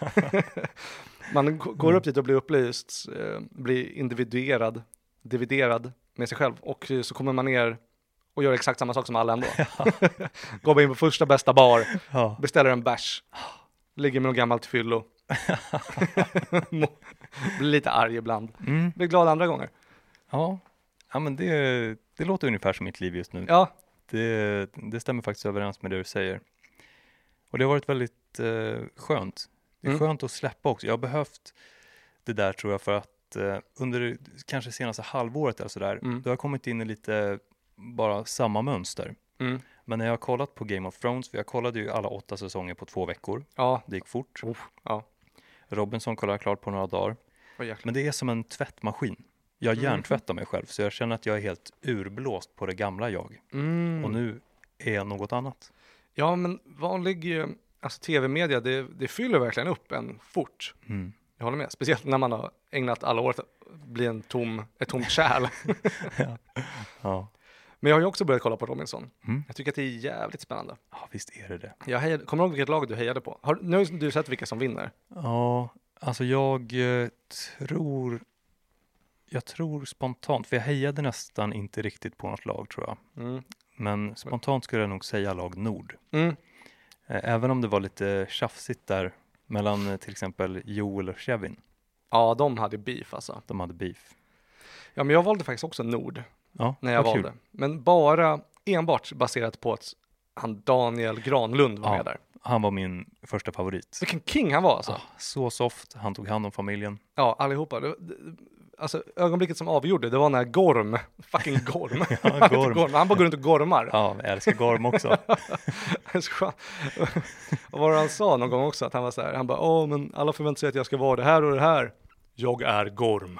Speaker 2: Man g-
Speaker 1: Mm.
Speaker 2: går upp dit och blir upplyst, eh, blir individuerad, dividerad med sig själv och eh, så kommer man ner och gör exakt samma sak som alla ändå. Går in på första bästa bar,
Speaker 1: ja.
Speaker 2: beställer en bärs, ligger med något gammalt fyllo, Må- blir lite arg ibland,
Speaker 1: Mm.
Speaker 2: blir glad andra gånger.
Speaker 1: Ja, ja men det, det låter ungefär som mitt liv just nu.
Speaker 2: Ja,
Speaker 1: Det, det stämmer faktiskt överens med det du säger. Och det har varit väldigt eh, skönt. Det är
Speaker 2: Mm.
Speaker 1: skönt att släppa också. Jag har behövt det där tror jag för att eh, under det kanske senaste halvåret eller sådär,
Speaker 2: Mm.
Speaker 1: då har jag kommit in i lite bara samma mönster.
Speaker 2: mm.
Speaker 1: Men när jag har kollat på Game of Thrones, för jag kollade ju alla åtta säsonger på två veckor,
Speaker 2: ja,
Speaker 1: det gick fort.
Speaker 2: ja.
Speaker 1: Robinson kollade jag klart på några dagar.
Speaker 2: Åh, jäklar.
Speaker 1: Men det är som en tvättmaskin. Jag
Speaker 2: Mhm.
Speaker 1: hjärntvättar mig själv, så jag känner att jag är helt urblåst på det gamla jag.
Speaker 2: Mm.
Speaker 1: Och nu är jag något annat.
Speaker 2: ja, men vanlig eh, alltså, tv-media, det, det fyller verkligen upp en fort.
Speaker 1: Mm.
Speaker 2: Jag håller med, speciellt när man har ägnat alla året att bli en tom, ett tomt kärl.
Speaker 1: Ja.
Speaker 2: Men jag har ju också börjat kolla på Robinson.
Speaker 1: Mm.
Speaker 2: Jag tycker att det är jävligt spännande.
Speaker 1: ja, visst är det det.
Speaker 2: Jag hejade, kommer du ihåg vilket lag du hejade på? Har, nu har ju du sett vilka som vinner.
Speaker 1: Ja, alltså jag eh, tror, jag tror spontant, för jag hejade nästan inte riktigt på något lag tror jag.
Speaker 2: Mm.
Speaker 1: Men spontant skulle jag nog säga lag Nord.
Speaker 2: Mm.
Speaker 1: Eh, Även om det var lite tjafsigt där mellan eh, till exempel Joel och Kevin.
Speaker 2: Ja, de hade beef alltså.
Speaker 1: De hade beef.
Speaker 2: Ja, men jag valde faktiskt också Nord
Speaker 1: Ja,
Speaker 2: när jag
Speaker 1: vad kul.
Speaker 2: valde. Men bara, enbart baserat på att han Daniel Granlund var
Speaker 1: Ja.
Speaker 2: med där.
Speaker 1: Han var min första favorit.
Speaker 2: Vilken king han var alltså.
Speaker 1: Ah, så soft, han tog hand om familjen.
Speaker 2: Ja, allihopa. Det, det, alltså, ögonblicket som avgjorde, det var när Gorm, fucking Gorm,
Speaker 1: Ja,
Speaker 2: Han heter
Speaker 1: Gorm.
Speaker 2: Han bara går runt och gormar.
Speaker 1: Ja, jag älskar Gorm också.
Speaker 2: Det är så skönt. och vad han sa någon gång också, att han var så här, han bara, åh men alla förväntar sig att jag ska vara det här och det här. Jag är Gorm.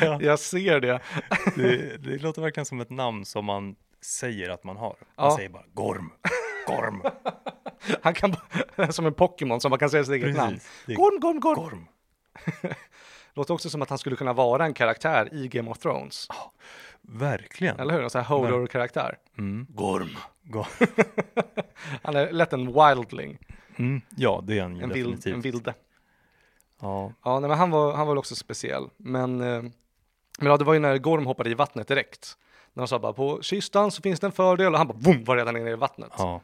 Speaker 2: Jag ser det.
Speaker 1: Det, det låter verkligen som ett namn som man säger att man har. Man
Speaker 2: Ja.
Speaker 1: säger bara Gorm, Gorm.
Speaker 2: Han kan bara- som en Pokémon som man kan säga sitt eget namn.
Speaker 1: Precis. Det är-
Speaker 2: Gorm, Gorm, Gorm. Låter också som att han skulle kunna vara en karaktär i Game of Thrones.
Speaker 1: Verkligen.
Speaker 2: Eller hur? En sån här horror-karaktär.
Speaker 1: Mm.
Speaker 2: Gorm.
Speaker 1: Go-
Speaker 2: Han är lätt en wildling.
Speaker 1: Mm. Ja, det är han ju
Speaker 2: En, vild,
Speaker 1: definitivt.
Speaker 2: en vilde.
Speaker 1: Ja.
Speaker 2: Ja, nej, men han var, han var väl också speciell. Men, eh, men ja, det var ju när Gorm hoppade i vattnet direkt. När de sa bara på kistan så finns det en fördel och han bara boom, var redan inne i vattnet.
Speaker 1: Ja.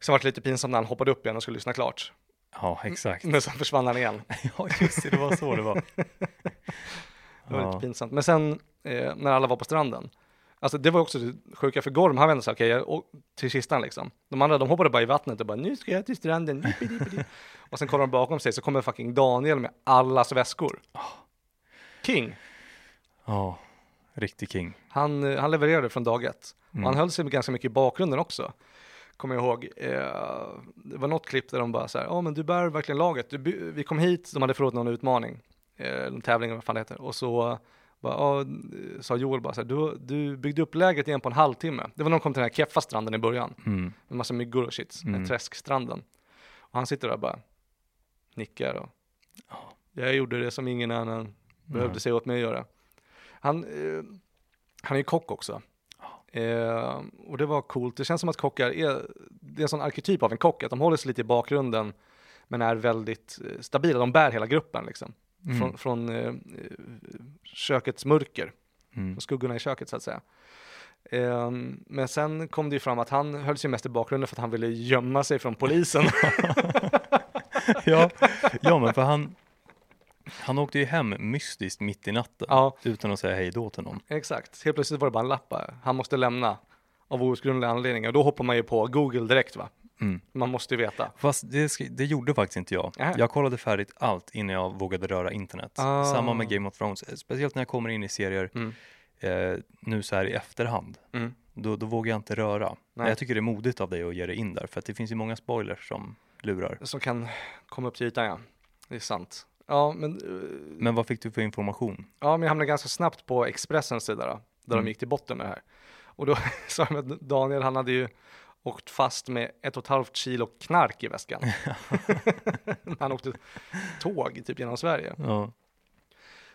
Speaker 2: Sen var det lite pinsamt när han hoppade upp igen och skulle lyssna klart.
Speaker 1: ja, exakt.
Speaker 2: Men sen försvann han igen.
Speaker 1: Ja, just det, det var så det var.
Speaker 2: Det var lite
Speaker 1: Ja.
Speaker 2: pinsamt. Men sen eh, när alla var på stranden Alltså det var också det sjuka för Gorm, han vände sig, okej, jag å- till kistan liksom. De andra, de hoppade bara i vattnet och bara, nu ska jag till stranden, jippidipidi. Och sen kollar de bakom sig, så kommer fucking Daniel med allas väskor. King,
Speaker 1: Ja, riktig king.
Speaker 2: han, eh, han levererade från dag ett. Och han höll sig ganska mycket i bakgrunden också. Kommer jag ihåg, eh, det var något klipp där de bara så här, ja men du bär verkligen laget. Du, by- vi kom hit, de hade förlorat någon utmaning, eh, någon tävling eller vad fan det heter. Och så bara, ja, sa Joel bara så här, du, du byggde upp läget igen på en halvtimme. Det var när de kom till den här keffa stranden i början,
Speaker 1: Mm.
Speaker 2: med massa myggor och shit, den här
Speaker 1: Mm.
Speaker 2: träskstranden. Och han sitter där och bara nickar och, jag gjorde det som ingen annan behövde säga åt mig att göra. Han, eh, han är ju kock också. Eh, och det var coolt. Det känns som att kockar är, det är en sån arketyp av en kock, att de håller sig lite i bakgrunden, men är väldigt eh, stabila. De bär hela gruppen liksom.
Speaker 1: Mm.
Speaker 2: Från, från eh, kökets mörker,
Speaker 1: Mm.
Speaker 2: från skuggorna i köket så att säga. Eh, men sen kom det ju fram att han höll sig mest i bakgrunden för att han ville gömma sig från polisen.
Speaker 1: Ja. ja, men för han, han åkte ju hem mystiskt mitt i natten
Speaker 2: Ja.
Speaker 1: utan att säga hej då till någon.
Speaker 2: Exakt, helt plötsligt var det bara en lapp bara. Han måste lämna av outgrundliga anledningar. Och då hoppar man ju på Google direkt va?
Speaker 1: Mm.
Speaker 2: Man måste ju veta.
Speaker 1: Fast det, sk- det gjorde faktiskt inte jag.
Speaker 2: Aha.
Speaker 1: Jag kollade färdigt allt innan jag vågade röra internet.
Speaker 2: Ah.
Speaker 1: Samma med Game of Thrones, eh, speciellt när jag kommer in i serier
Speaker 2: Mm.
Speaker 1: eh, nu så här i efterhand.
Speaker 2: Mm.
Speaker 1: Då, då vågar jag inte röra.
Speaker 2: Nej.
Speaker 1: Jag tycker det är modigt av dig att ge dig in där, för att det finns ju många spoilers som lurar.
Speaker 2: Som kan komma upp till ytan ja. Det är sant. Ja men, eh,
Speaker 1: Men vad fick du för information?
Speaker 2: ja, men jag hamnade ganska snabbt på Expressens sida då. Där
Speaker 1: Mm.
Speaker 2: de gick till botten med det här. Och då sa de att Daniel han hade ju åkt fast med ett och ett halvt kilo knark i väskan. han åkte tåg typ genom Sverige.
Speaker 1: Ja.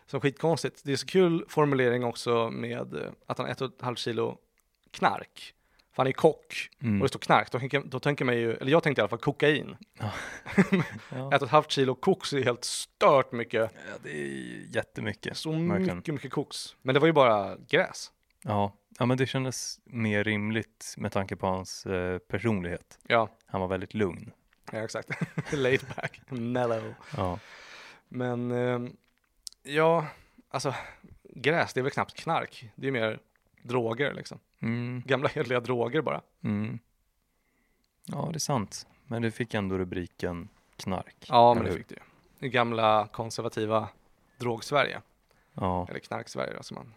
Speaker 2: som skitkonstigt. Det är så kul formulering också med eh, att han har ett och ett halvt kilo knark. För han är kock
Speaker 1: Mm.
Speaker 2: och det står knark, då tänker, då tänker man ju, eller jag tänkte i alla fall kokain.
Speaker 1: Ja. Ja.
Speaker 2: Ett och ett halvt kilo koks är helt stört mycket.
Speaker 1: Ja, det är jättemycket.
Speaker 2: Så
Speaker 1: Verkligen.
Speaker 2: mycket, mycket koks. Men det var ju bara gräs.
Speaker 1: Ja. ja, men det kändes mer rimligt med tanke på hans eh, personlighet.
Speaker 2: Ja,
Speaker 1: Han var väldigt lugn.
Speaker 2: ja exakt. Laid back, mellow.
Speaker 1: Ja,
Speaker 2: Men eh, ja, alltså gräs, det är väl knappt knark. Det är ju mer droger liksom.
Speaker 1: mm,
Speaker 2: Gamla hederliga droger bara.
Speaker 1: mm. ja det är sant. Men det fick ändå rubriken knark.
Speaker 2: Ja, men
Speaker 1: eller
Speaker 2: det
Speaker 1: hur?
Speaker 2: fick du ju. Det gamla konservativa drog-Sverige,
Speaker 1: Ja,
Speaker 2: eller knark-Sverige då, som man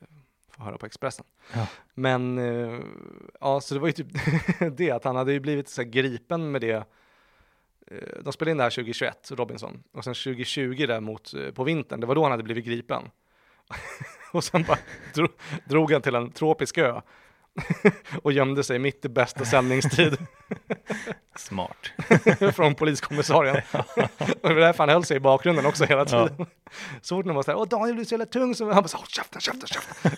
Speaker 2: eh, får höra på Expressen.
Speaker 1: Ja.
Speaker 2: Men, eh, ja, så det var ju typ det, att han hade ju blivit så här gripen med det. Eh, De spelade in det här 2021, Robinson, och sen 2020 däremot eh, på vintern, det var då han hade blivit gripen. och sen bara dro, drog han till en tropisk ö och gömde sig mitt i bästa sändningstid
Speaker 1: smart.
Speaker 2: från poliskommissarien. och det var därför han höll sig i bakgrunden också hela
Speaker 1: Ja.
Speaker 2: tiden. Så fort någon var så här, åh Daniel du är så jävla tung, så han bara så, "Håll käften, käften, käften.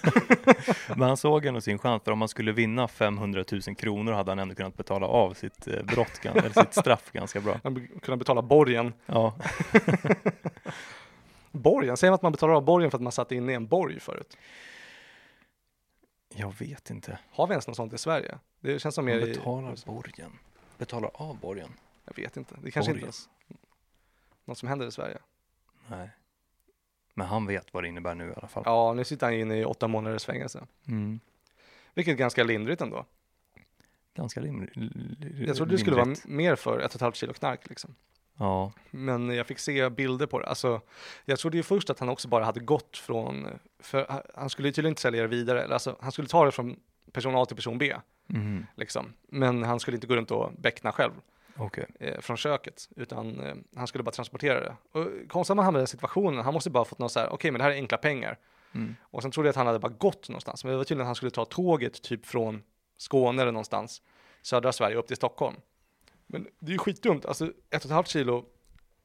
Speaker 1: Men han såg ändå sin chans, för om han skulle vinna 500 000 kronor hade han ändå kunnat betala av sitt eh, brott, gan- eller sitt straff ganska bra.
Speaker 2: Han be- kunde betala borgen.
Speaker 1: Ja,
Speaker 2: Borgen, säger man att man betalar av borgen för att man satt inne i en borg förut?
Speaker 1: jag vet inte.
Speaker 2: Har vi ens något sånt i Sverige? Det känns som
Speaker 1: Han
Speaker 2: mer i,
Speaker 1: betalar borgen. Betalar av borgen?
Speaker 2: jag vet inte, det kanske
Speaker 1: Borgen.
Speaker 2: inte ens något som händer i Sverige.
Speaker 1: Nej. Men han vet vad det innebär nu i alla fall.
Speaker 2: Ja, nu sitter han ju inne i åtta månaders fängelse,
Speaker 1: Mm.
Speaker 2: vilket är ganska lindrigt ändå.
Speaker 1: Ganska rim, li-
Speaker 2: Jag trodde det skulle vara
Speaker 1: rimligt.
Speaker 2: mer för ett och ett halvt kilo knark liksom.
Speaker 1: Ja,
Speaker 2: Men jag fick se bilder på det. Alltså, jag trodde ju först att han också bara hade gått från, för han- han skulle ju tydligen inte sälja det vidare, eller alltså, han skulle ta det från person A till person B,
Speaker 1: mm.
Speaker 2: liksom. Men han skulle inte gå runt och beckna själv
Speaker 1: okej.
Speaker 2: eh, från köket, utan eh, han skulle bara transportera det. Och konstigt att han hamnade i den situationen, han måste bara ha fått något så här, okej men det här är enkla pengar.
Speaker 1: Mm.
Speaker 2: Och sen trodde jag att han hade bara gått någonstans, men det var tydligen att han skulle ta tåget typ från Skåne eller någonstans, södra Sverige upp till Stockholm. Men det är ju skitdumt, alltså ett och ett halvt kilo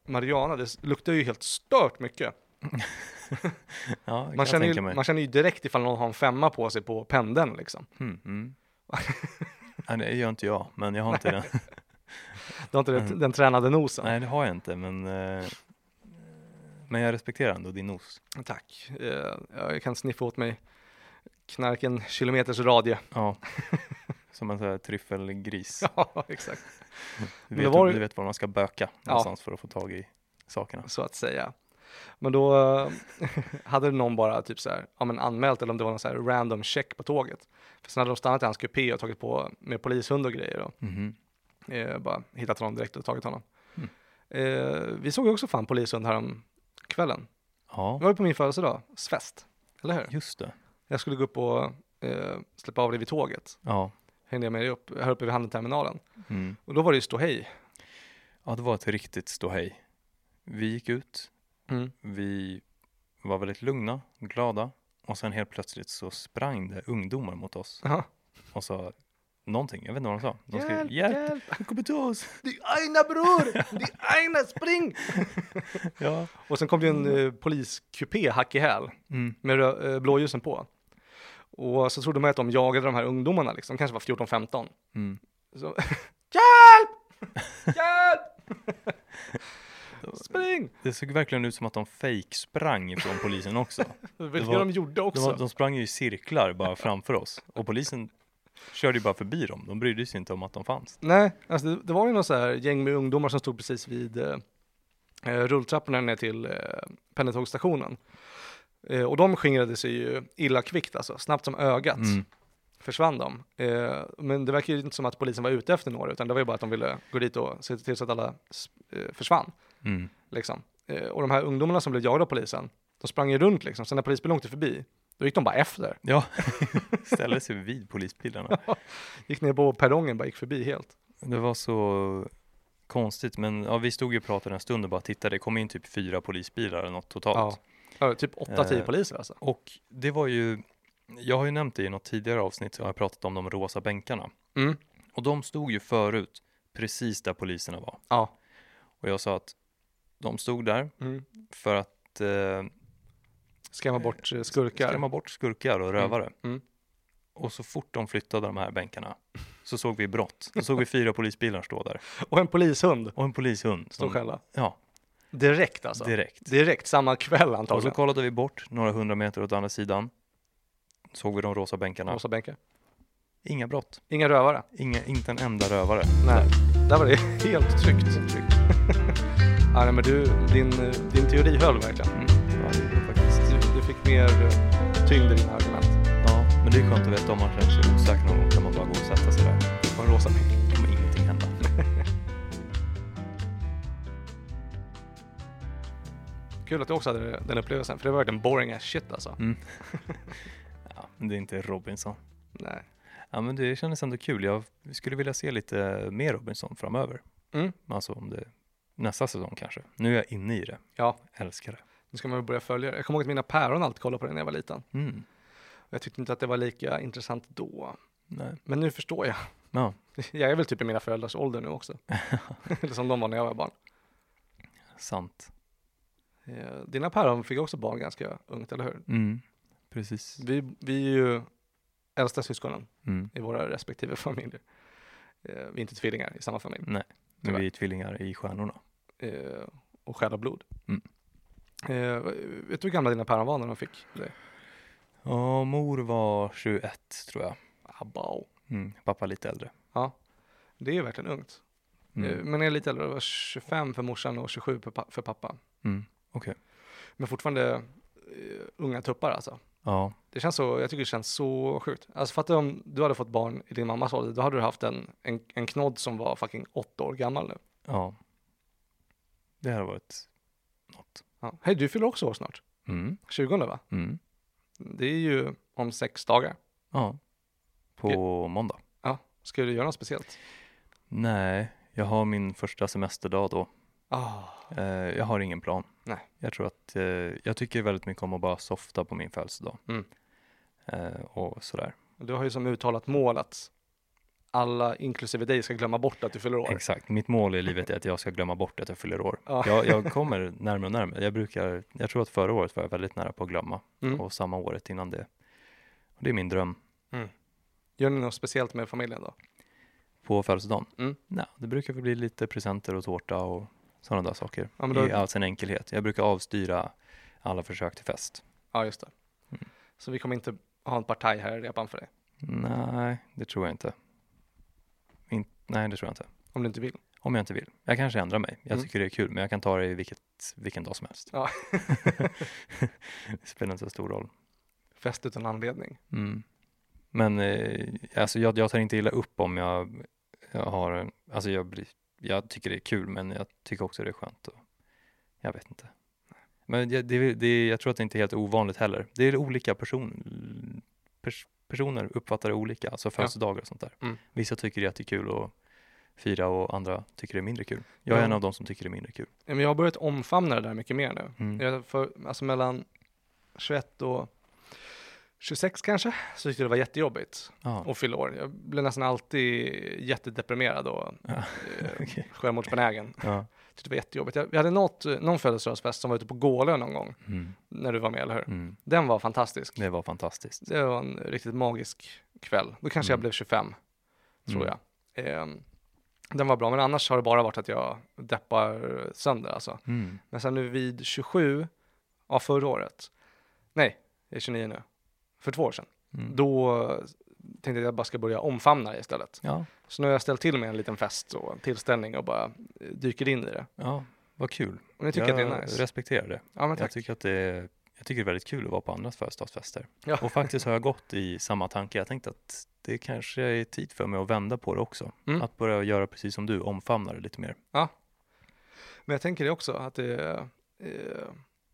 Speaker 2: marijuana, det luktar ju helt stört mycket.
Speaker 1: Ja, det
Speaker 2: Man
Speaker 1: kan jag
Speaker 2: känner, ju,
Speaker 1: tänka mig.
Speaker 2: man känner ju direkt ifall någon har en femma på sig på pendeln liksom.
Speaker 1: Mm, mm. Nej, det gör inte jag, men jag har inte den.
Speaker 2: Du har inte den, den tränade nosen.
Speaker 1: Mm. Nej, det har jag inte, men, eh, men jag respekterar ändå din nos.
Speaker 2: Tack. Eh, ja, jag kan sniffa åt mig knarken kilometers radie.
Speaker 1: Ja, som en sån här tryffelgris.
Speaker 2: Ja, exakt.
Speaker 1: Du
Speaker 2: Men
Speaker 1: vet,
Speaker 2: var det-
Speaker 1: du vet var man ska böka någonstans för att få tag i sakerna.
Speaker 2: Så att säga. Men då eh, hade någon bara typ så här, ja, men anmält eller om det var någon så här random check på tåget. För sen hade de stannat i hans kupé och tagit på med polishund och grejer och
Speaker 1: Mhm.
Speaker 2: eh, bara hittat honom direkt och tagit honom.
Speaker 1: Mm.
Speaker 2: Eh, vi såg ju också fan polishund härom kvällen. Det
Speaker 1: Ja,
Speaker 2: var ju på min födelsedagsfest, eller hur?
Speaker 1: just det.
Speaker 2: Jag skulle gå upp och eh, släppa av dig vid tåget.
Speaker 1: Ja,
Speaker 2: Hängde jag med dig upp, här uppe vid handelterminalen.
Speaker 1: mm.
Speaker 2: Och då var det ju ståhej.
Speaker 1: ja det var ett riktigt ståhej. Vi gick ut,
Speaker 2: Mm.
Speaker 1: vi var väldigt lugna, glada och sen helt plötsligt så sprang det ungdomar mot oss
Speaker 2: Ja.
Speaker 1: och sa någonting, jag vet inte vad de sa. De skrev hjälp, han kommer till oss.
Speaker 2: Det är Aina bror! Det är Aina, spring!
Speaker 1: Ja.
Speaker 2: Och sen kom det ju en eh, poliskupé hack i häl
Speaker 1: Mm.
Speaker 2: med rö- eh, blåljusen på. Och så trodde man att de jagade de här ungdomarna liksom, kanske var 14-15.
Speaker 1: Mm.
Speaker 2: Så, hjälp! Hjälp! spring!
Speaker 1: Det såg verkligen ut som att de fake sprang från polisen också.
Speaker 2: Det var det
Speaker 1: var-
Speaker 2: de gjorde
Speaker 1: De,
Speaker 2: också.
Speaker 1: var, de sprang ju i cirklar bara framför oss och polisen körde ju bara förbi dem. De brydde sig inte om att de fanns.
Speaker 2: Nej, alltså det, det var ju någon så här gäng med ungdomar som stod precis vid eh, eh, rulltrapporna ner till eh, pendeltågsstationen. Eh, och de skingrade sig ju illa kvickt alltså, snabbt som ögat
Speaker 1: Mm.
Speaker 2: försvann de. Eh, men det verkar ju inte som att polisen var ute efter några, utan det var ju bara att de ville gå dit och se till så att alla s- eh, försvann.
Speaker 1: Mm.
Speaker 2: Liksom. Eh, och de här ungdomarna som blev jagade av polisen, de sprang ju runt liksom, sen när polisbilen åkte förbi, då gick de bara efter.
Speaker 1: Ja, ställde sig vid polisbilarna.
Speaker 2: Gick ner på perrongen, bara gick förbi helt.
Speaker 1: Det var så konstigt, men ja, vi stod ju och pratade en stund och bara tittade. Det kom in typ fyra polisbilar eller något totalt.
Speaker 2: Ja. Ja, typ 8-10
Speaker 1: Eh,
Speaker 2: poliser alltså.
Speaker 1: Och det var ju, jag har ju nämnt det i något tidigare avsnitt, så har jag pratat om de rosa bänkarna.
Speaker 2: Mm.
Speaker 1: Och de stod ju förut precis där poliserna var.
Speaker 2: Ja.
Speaker 1: Och jag sa att de stod där
Speaker 2: Mm.
Speaker 1: för att eh,
Speaker 2: Skrämma bort eh, skurkar.
Speaker 1: skrämma bort skurkar och rövare.
Speaker 2: mm.
Speaker 1: Och så fort de flyttade de här bänkarna så såg vi brott. Då såg vi fyra polisbilar stå där
Speaker 2: Och en polishund
Speaker 1: och en polishund.
Speaker 2: står
Speaker 1: Som,
Speaker 2: skälla.
Speaker 1: ja,
Speaker 2: Direkt alltså.
Speaker 1: Mm. direkt.
Speaker 2: Direkt, samma kväll
Speaker 1: Och så
Speaker 2: antagligen.
Speaker 1: kollade vi bort några hundra meter åt andra sidan. Såg vi de rosa bänkarna.
Speaker 2: Rosa bänkar.
Speaker 1: Inga brott.
Speaker 2: Inga rövare.
Speaker 1: Inga, inte en enda rövare.
Speaker 2: Nej, där var det helt tryggt. tryggt. ja, nej, men du, din, eh, din teori höll verkligen.
Speaker 1: Mm. Ja, det var faktiskt.
Speaker 2: Du, du fick mer eh, tyngd i dina argument.
Speaker 1: Ja, men det är skönt att veta om man känner sig osäker någon gång kan man bara gå och sätta sig där.
Speaker 2: På en rosa bänk.
Speaker 1: kommer ingenting hända.
Speaker 2: Kul att du också hade den upplevelsen, för det var verkligen boring as shit alltså.
Speaker 1: Ja, men det är inte Robinson.
Speaker 2: Nej.
Speaker 1: Ja, men det kändes ändå kul. Jag skulle vilja se lite mer Robinson framöver.
Speaker 2: Mm.
Speaker 1: Alltså om det nästa säsong kanske. Nu är jag inne i det.
Speaker 2: Ja,
Speaker 1: Älskar det.
Speaker 2: nu ska man väl börja följa det. Jag kommer ihåg att mina päron alltid kollade på den när jag var liten.
Speaker 1: Mm.
Speaker 2: Jag tyckte inte att det var lika intressant då.
Speaker 1: Nej.
Speaker 2: Men nu förstår jag.
Speaker 1: Ja,
Speaker 2: Jag är väl typ i mina föräldrars ålder nu också. Eller som de var när jag var barn.
Speaker 1: sant.
Speaker 2: Eh, Dina päron fick också barn ganska ungt, eller hur?
Speaker 1: Mm. Precis.
Speaker 2: Vi, vi är ju äldsta syskonen
Speaker 1: Mm.
Speaker 2: i våra respektive familjer. Eh, Vi är inte tvillingar i samma familj.
Speaker 1: Men vi är tvillingar i stjärnorna.
Speaker 2: Eh, Och själ och blod.
Speaker 1: Mm.
Speaker 2: Eh, Vet du hur gamla dina päron var när de fick det?
Speaker 1: Ja, mor var 21 tror jag.
Speaker 2: Abao.
Speaker 1: Mm. Pappa lite äldre.
Speaker 2: Ja, det är ju verkligen ungt.
Speaker 1: Mm.
Speaker 2: Eh, Men jag är lite äldre, det var 25 för morsan och 27 för pa- för pappa.
Speaker 1: Mm. Okej.
Speaker 2: Men fortfarande eh, unga tuppar alltså.
Speaker 1: Ja.
Speaker 2: Det känns så, jag tycker det känns så sjukt. Alltså fatta om du hade fått barn i din mammas ålder, då hade du haft en, en, en knodd som var fucking åtta år gammal nu.
Speaker 1: Ja. Det här har varit något.
Speaker 2: Ja. Hej, du fyller också år snart.
Speaker 1: Mm.
Speaker 2: 20 va?
Speaker 1: Mm.
Speaker 2: Det är ju om sex dagar.
Speaker 1: Ja. På måndag.
Speaker 2: Ja, ska du göra något speciellt?
Speaker 1: Nej, jag har min första semesterdag då.
Speaker 2: Ah,
Speaker 1: Eh, jag har ingen plan.
Speaker 2: Nej.
Speaker 1: Jag tror att eh, jag tycker väldigt mycket om att bara softa på min födelsedag.
Speaker 2: Mm.
Speaker 1: Eh, och sådär.
Speaker 2: Du har ju som uttalat mål att alla, inklusive dig, ska glömma bort att du fyller år.
Speaker 1: Exakt, mitt mål i livet är att jag ska glömma bort att jag fyller år.
Speaker 2: Ja.
Speaker 1: Jag, jag kommer närmare och närmare. Jag, brukar, jag tror att förra året var jag väldigt nära på att glömma
Speaker 2: Mm.
Speaker 1: och samma året innan det. Och det är min dröm
Speaker 2: Gör ni något speciellt med familjen då?
Speaker 1: på födelsedagen.
Speaker 2: Mm.
Speaker 1: Nej, det brukar väl bli lite presenter och tårta och sådana där saker
Speaker 2: Ja, men då-
Speaker 1: i all sin enkelhet. Jag brukar avstyra alla försök till fest.
Speaker 2: Ja, just det. Så vi kommer inte ha en partaj här i repan för dig,
Speaker 1: Nej, det tror jag inte. In- nej, det tror jag inte.
Speaker 2: om du inte vill.
Speaker 1: Om jag inte vill. Jag kanske ändrar mig. Jag
Speaker 2: Mm.
Speaker 1: tycker det är kul, men jag kan ta det i vilket, vilken dag som helst.
Speaker 2: Ja.
Speaker 1: det spelar inte så stor roll.
Speaker 2: Fest utan anledning.
Speaker 1: Mm. Men eh, alltså jag, jag tar inte illa upp om jag, jag har, en- alltså jag, blir, jag tycker det är kul men jag tycker också det är skönt. Och, jag vet inte. Men jag, det, är- det, är- jag tror att det inte är helt ovanligt heller. Det är olika person, pers, personer uppfattar det olika, alltså födelsedagar och sånt där.
Speaker 2: Mm.
Speaker 1: Vissa tycker det är jättekul att fira och andra tycker det är mindre kul. Jag är
Speaker 2: Ja.
Speaker 1: en av de som tycker det är mindre kul.
Speaker 2: Ja, Men jag har börjat omfamna det där mycket mer nu.
Speaker 1: Mm.
Speaker 2: Jag, för, alltså mellan 21 och 26 kanske, så tyckte jag det var jättejobbigt
Speaker 1: Ja.
Speaker 2: att fylla år. Jag blev nästan alltid jättedeprimerad och
Speaker 1: Ja,
Speaker 2: eh,
Speaker 1: okej.
Speaker 2: självmordsbenägen.
Speaker 1: Ja.
Speaker 2: Tyckte det var typ jättejobbigt. Jag, vi hade något, någon födelsedagsfest som var ute på Gålö någon gång,
Speaker 1: Mm.
Speaker 2: när du var med, eller hur?
Speaker 1: Mm.
Speaker 2: Den var fantastisk.
Speaker 1: Det var fantastiskt.
Speaker 2: Det var en riktigt magisk kväll. Då kanske jag
Speaker 1: Mm.
Speaker 2: blev 25, tror
Speaker 1: Mm.
Speaker 2: jag. Ehm, den var bra, men annars har det bara varit att jag deppar sönder alltså.
Speaker 1: Mm.
Speaker 2: Men sen nu vid 27, ja förra året, nej, jag är 29 nu, för två år sedan,
Speaker 1: Mm.
Speaker 2: då tänkte jag att jag bara ska börja omfamna det istället.
Speaker 1: Ja,
Speaker 2: Så nu har jag ställt till med en liten fest och en tillställning och bara eh, dyker in i det.
Speaker 1: ja, vad kul.
Speaker 2: Och jag tycker
Speaker 1: jag
Speaker 2: att det är nice.
Speaker 1: respekterar det.
Speaker 2: Ja, men
Speaker 1: Jag
Speaker 2: tack.
Speaker 1: tycker, att det är, jag tycker det är väldigt kul att vara på andras födelsedagsfester.
Speaker 2: Ja.
Speaker 1: Och faktiskt har jag gått i samma tanke. Jag tänkte att det kanske är tid för mig att vända på det också.
Speaker 2: Mm.
Speaker 1: Att börja göra precis som du, omfamna det lite mer.
Speaker 2: Men jag tänker det också, att det, är, eh,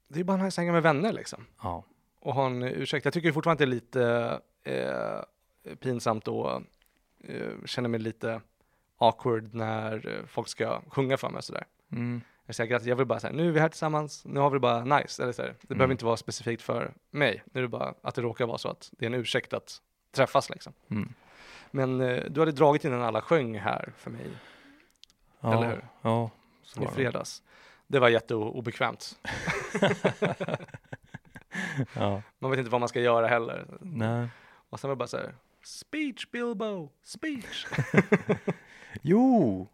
Speaker 2: det är bara nice att hänga med vänner liksom.
Speaker 1: Ja,
Speaker 2: och ha en ursäkt. Jag tycker fortfarande att det är lite eh, pinsamt och eh, känner mig lite awkward när eh, folk ska sjunga för mig och sådär.
Speaker 1: mm.
Speaker 2: Jag säger grattis, jag vill bara säga nu är vi här tillsammans, nu har vi det bara nice. Eller så här. Det behöver
Speaker 1: Mm.
Speaker 2: inte vara specifikt för mig, nu är det bara att det råkar vara så att det är en ursäkt att träffas liksom.
Speaker 1: Mm.
Speaker 2: Men eh, du hade dragit innan alla sjöng här för mig
Speaker 1: ja
Speaker 2: Eller hur?
Speaker 1: Ja, så
Speaker 2: i
Speaker 1: var det.
Speaker 2: fredags. Det var jätteobekvämt.
Speaker 1: Ja,
Speaker 2: Man vet inte vad man ska göra heller.
Speaker 1: nej.
Speaker 2: Och sen var det bara så här, speech Bilbo, speech.
Speaker 1: Jo,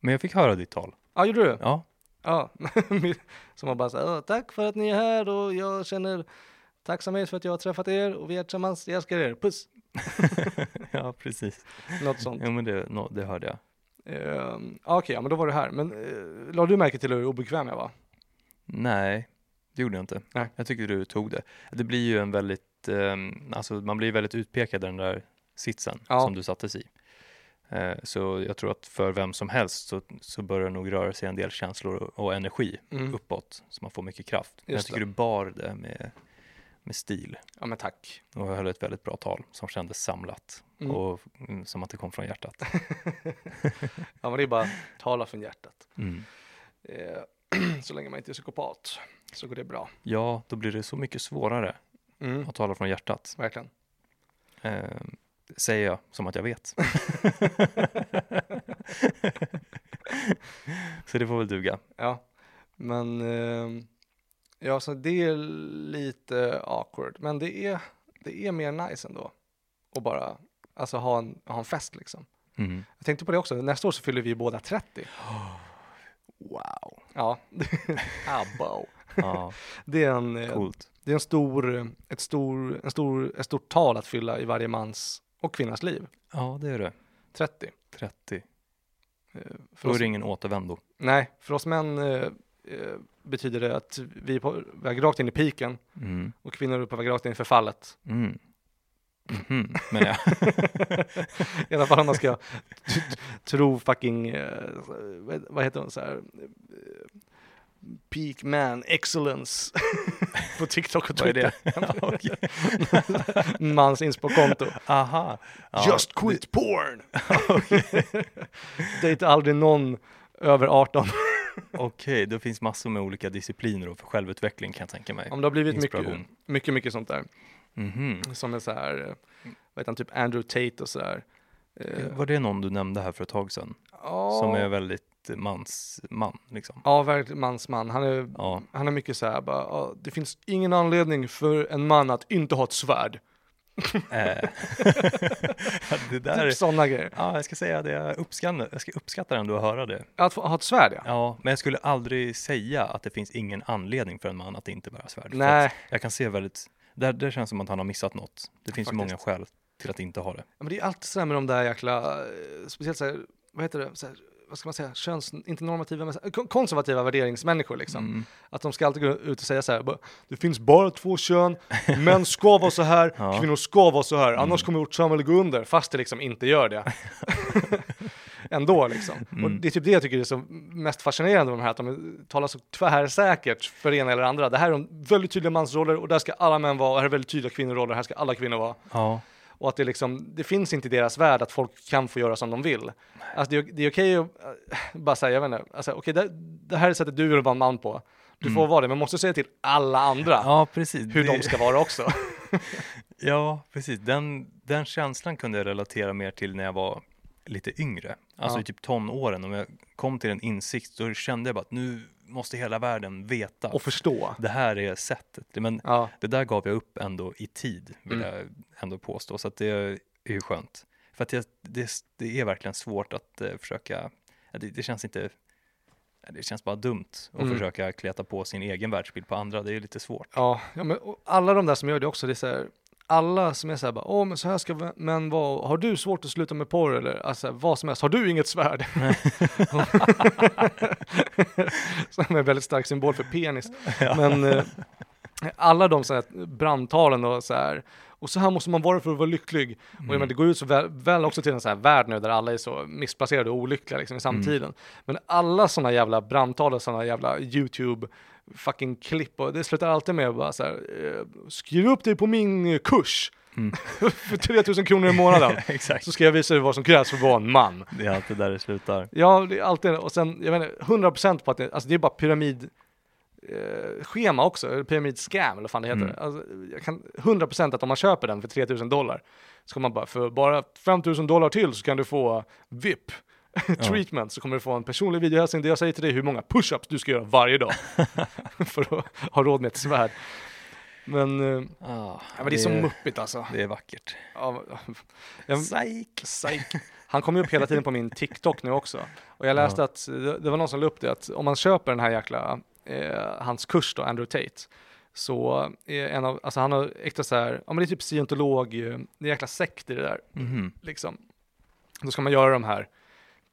Speaker 1: men jag fick höra ditt tal.
Speaker 2: Ja, gjorde du?
Speaker 1: Ja,
Speaker 2: Ja, som man bara säger tack för att ni är här och jag känner tacksamhet för att jag har träffat er och vi är tillsammans, jag älskar er, puss!
Speaker 1: ja precis.
Speaker 2: Något sånt.
Speaker 1: Jo, men det, nå- det hörde jag.
Speaker 2: Ehm, ja, Okej, ja, men då var du här. Men uh, la du märke till hur obekväm jag var?
Speaker 1: Nej, det gjorde jag inte.
Speaker 2: Nej.
Speaker 1: Jag tycker du tog det. Det blir ju en väldigt, ehm, alltså man blir väldigt utpekad i den där sitsen
Speaker 2: Ja.
Speaker 1: som du sattes i. Eh, så jag tror att för vem som helst så, så börjar det nog röra sig en del känslor och, och energi
Speaker 2: Mm.
Speaker 1: uppåt, så man får mycket kraft. Men jag
Speaker 2: Just
Speaker 1: tycker
Speaker 2: det.
Speaker 1: du bar det med, med stil
Speaker 2: Ja, men tack.
Speaker 1: och höll ett väldigt bra tal som kändes samlat
Speaker 2: Mm.
Speaker 1: och mm, som att det kom från hjärtat.
Speaker 2: Ja, men det är bara tala från hjärtat.
Speaker 1: Mm.
Speaker 2: Eh, så länge man inte är psykopat så går det bra.
Speaker 1: Ja, då blir det så mycket svårare
Speaker 2: Mm.
Speaker 1: att tala från hjärtat.
Speaker 2: Verkligen.
Speaker 1: Eh, säger jag som att jag vet. så det får väl duga.
Speaker 2: Ja, men ehm, ja, så det är lite awkward, men det är, det är mer nice ändå. Och bara, alltså ha en, ha en fest liksom.
Speaker 1: Mm.
Speaker 2: Jag tänkte på det också, nästa år så fyller vi båda 30.
Speaker 1: Wow.
Speaker 2: Ja, abbo.
Speaker 1: Ja,
Speaker 2: Det är en, eh,
Speaker 1: coolt.
Speaker 2: det är en stor, eh, ett stor, en stor, ett stort tal att fylla i varje mans och kvinnas liv.
Speaker 1: Ja, det är det.
Speaker 2: 30.
Speaker 1: 30.
Speaker 2: Eh, För
Speaker 1: Då är
Speaker 2: oss,
Speaker 1: det ingen återvändo.
Speaker 2: nej, för oss män eh, eh, betyder det att vi är på väg rakt in i piken
Speaker 1: Mm.
Speaker 2: och kvinnor är på väg rakt in i förfallet.
Speaker 1: Mm. Mhm, Men ja.
Speaker 2: I alla fall om man ska t- t- tro fucking, eh, vad- vad heter hon så här, eh, peak man excellence på TikTok och
Speaker 1: Vad är
Speaker 2: Twitter.
Speaker 1: det? Ja, okej.
Speaker 2: Mans inspo-konto.
Speaker 1: Aha. Ja,
Speaker 2: Just quit porn! Dejta aldrig någon över 18.
Speaker 1: Okej, det finns massor med olika discipliner då för självutveckling kan jag tänka mig.
Speaker 2: Om det har blivit mycket,
Speaker 1: Inspiration.
Speaker 2: mycket, mycket sånt där.
Speaker 1: Mhm.
Speaker 2: Som är så här, eh, vad heter han, typ Andrew Tate och så där. Eh,
Speaker 1: Var det någon du nämnde här för ett tag sedan?
Speaker 2: ja.
Speaker 1: Som är väldigt mans, man liksom?
Speaker 2: Ja, verkligen mansman. Han är
Speaker 1: Ja.
Speaker 2: Han är mycket så här bara, "Ja, det finns ingen anledning för en man att inte ha ett svärd.
Speaker 1: Eh. det där
Speaker 2: Typ sådana grejer.
Speaker 1: Ja, jag ska säga det. Jag, uppskattar, jag ska uppskatta ändå att höra det.
Speaker 2: Att få, ha ett svärd ja.
Speaker 1: Ja, men jag skulle aldrig säga att det finns ingen anledning för en man att inte bära svärd. För
Speaker 2: Nej.
Speaker 1: att Jag kan se väldigt, där, där känns det som att han har missat något. Det finns ju
Speaker 2: Faktiskt.
Speaker 1: många skäl till att inte ha det.
Speaker 2: Men det är alltid så här med de där jäkla, eh, speciellt så här, vad heter det, så här, vad ska man säga, köns, inte normativa, men så här, kon- konservativa värderingsmänniskor liksom.
Speaker 1: Mm.
Speaker 2: Att de ska alltid gå ut och säga så här, "Bara, det finns bara två kön, män ska vara så här,
Speaker 1: Ja.
Speaker 2: kvinnor ska vara så här, annars kommer vårt samhälle gå under, fast det liksom inte gör det. Ändå liksom. Och det är typ det jag tycker är så mest fascinerande med de här, att de talar så tvärsäkert för det ena eller det andra. Det här är de väldigt tydliga mansroller och där ska alla män vara, och här är väldigt tydliga kvinnoroller, här ska alla kvinnor vara.
Speaker 1: Ja,
Speaker 2: Och att det, liksom, det finns inte i deras värld att folk kan få göra som de vill. Alltså det, är- det är okej att äh, bara säga, jag vet inte, alltså, okej det, det här är sättet du vill vara en man på. Du får vara det, men måste säga till alla andra
Speaker 1: ja precis.
Speaker 2: hur
Speaker 1: Det-
Speaker 2: de ska vara också.
Speaker 1: Ja, precis. Den, den känslan kunde jag relatera mer till när jag var lite yngre, alltså
Speaker 2: Ja.
Speaker 1: i typ tonåren. Om jag kom till en insikt, då kände jag bara att nu måste hela världen veta.
Speaker 2: Och förstå.
Speaker 1: det här är sättet. Men
Speaker 2: Ja,
Speaker 1: det där gav jag upp ändå i tid, vill
Speaker 2: Mm.
Speaker 1: jag ändå påstå. Så att det är ju skönt. För att det, det, det är verkligen svårt att eh, försöka, ja, det, det känns inte, ja, det känns bara dumt att
Speaker 2: Mm.
Speaker 1: försöka kleta på sin egen världsbild på andra. Det är lite svårt.
Speaker 2: ja, ja men, och alla de där som gör det också, det är så här, alla som är så här, bara, åh men så här ska män vara, har du svårt att sluta med porr eller alltså, vad som helst, har du inget svärd? som är en väldigt stark symbol för penis. Men eh, alla de så här brandtalen och så här, och så här måste man vara för att vara lycklig. Och jag menar, det går ju så väl, väl också till en så här värld nu där alla är så missplacerade och olyckliga liksom i samtiden. Men alla sådana jävla brandtal och sådana jävla YouTube fucking klipp och det slutar alltid med bara så här, eh, skriv upp dig på min eh, kurs för 3000 kronor i månaden.
Speaker 1: Exakt.
Speaker 2: Så ska jag visa dig vad som krävs för att vara en man.
Speaker 1: Det är alltid där det slutar.
Speaker 2: Ja, det är alltid, och sen, jag vet inte, 100% på att det, alltså det är bara pyramid eh, schema också, eller pyramid-scam eller vad fan det heter.
Speaker 1: Mm.
Speaker 2: Alltså, jag kan, 100% att om man köper den för 3000 dollar, så kommer man bara, för bara 5000 dollar till så kan du få VIP treatment, så kommer du få en personlig videohälsning där jag säger till dig hur många push-ups du ska göra varje dag för att ha råd med ett svärd. Men, eh, ja, men det är så muppigt alltså.
Speaker 1: Det är vackert.
Speaker 2: Ja, jag,
Speaker 1: Psyk!
Speaker 2: Psych. Han kommer ju upp hela tiden på min TikTok nu också. Och jag läste att, eh, det det var någon som la upp det, att om man köper den här jäkla, eh, hans kurs då, Andrew Tate, så är en av, alltså han har äkta så här, ja men det är typ scientolog, eh, det är en jäkla sekt i det där,
Speaker 1: Mhm.
Speaker 2: liksom. Då ska man göra de här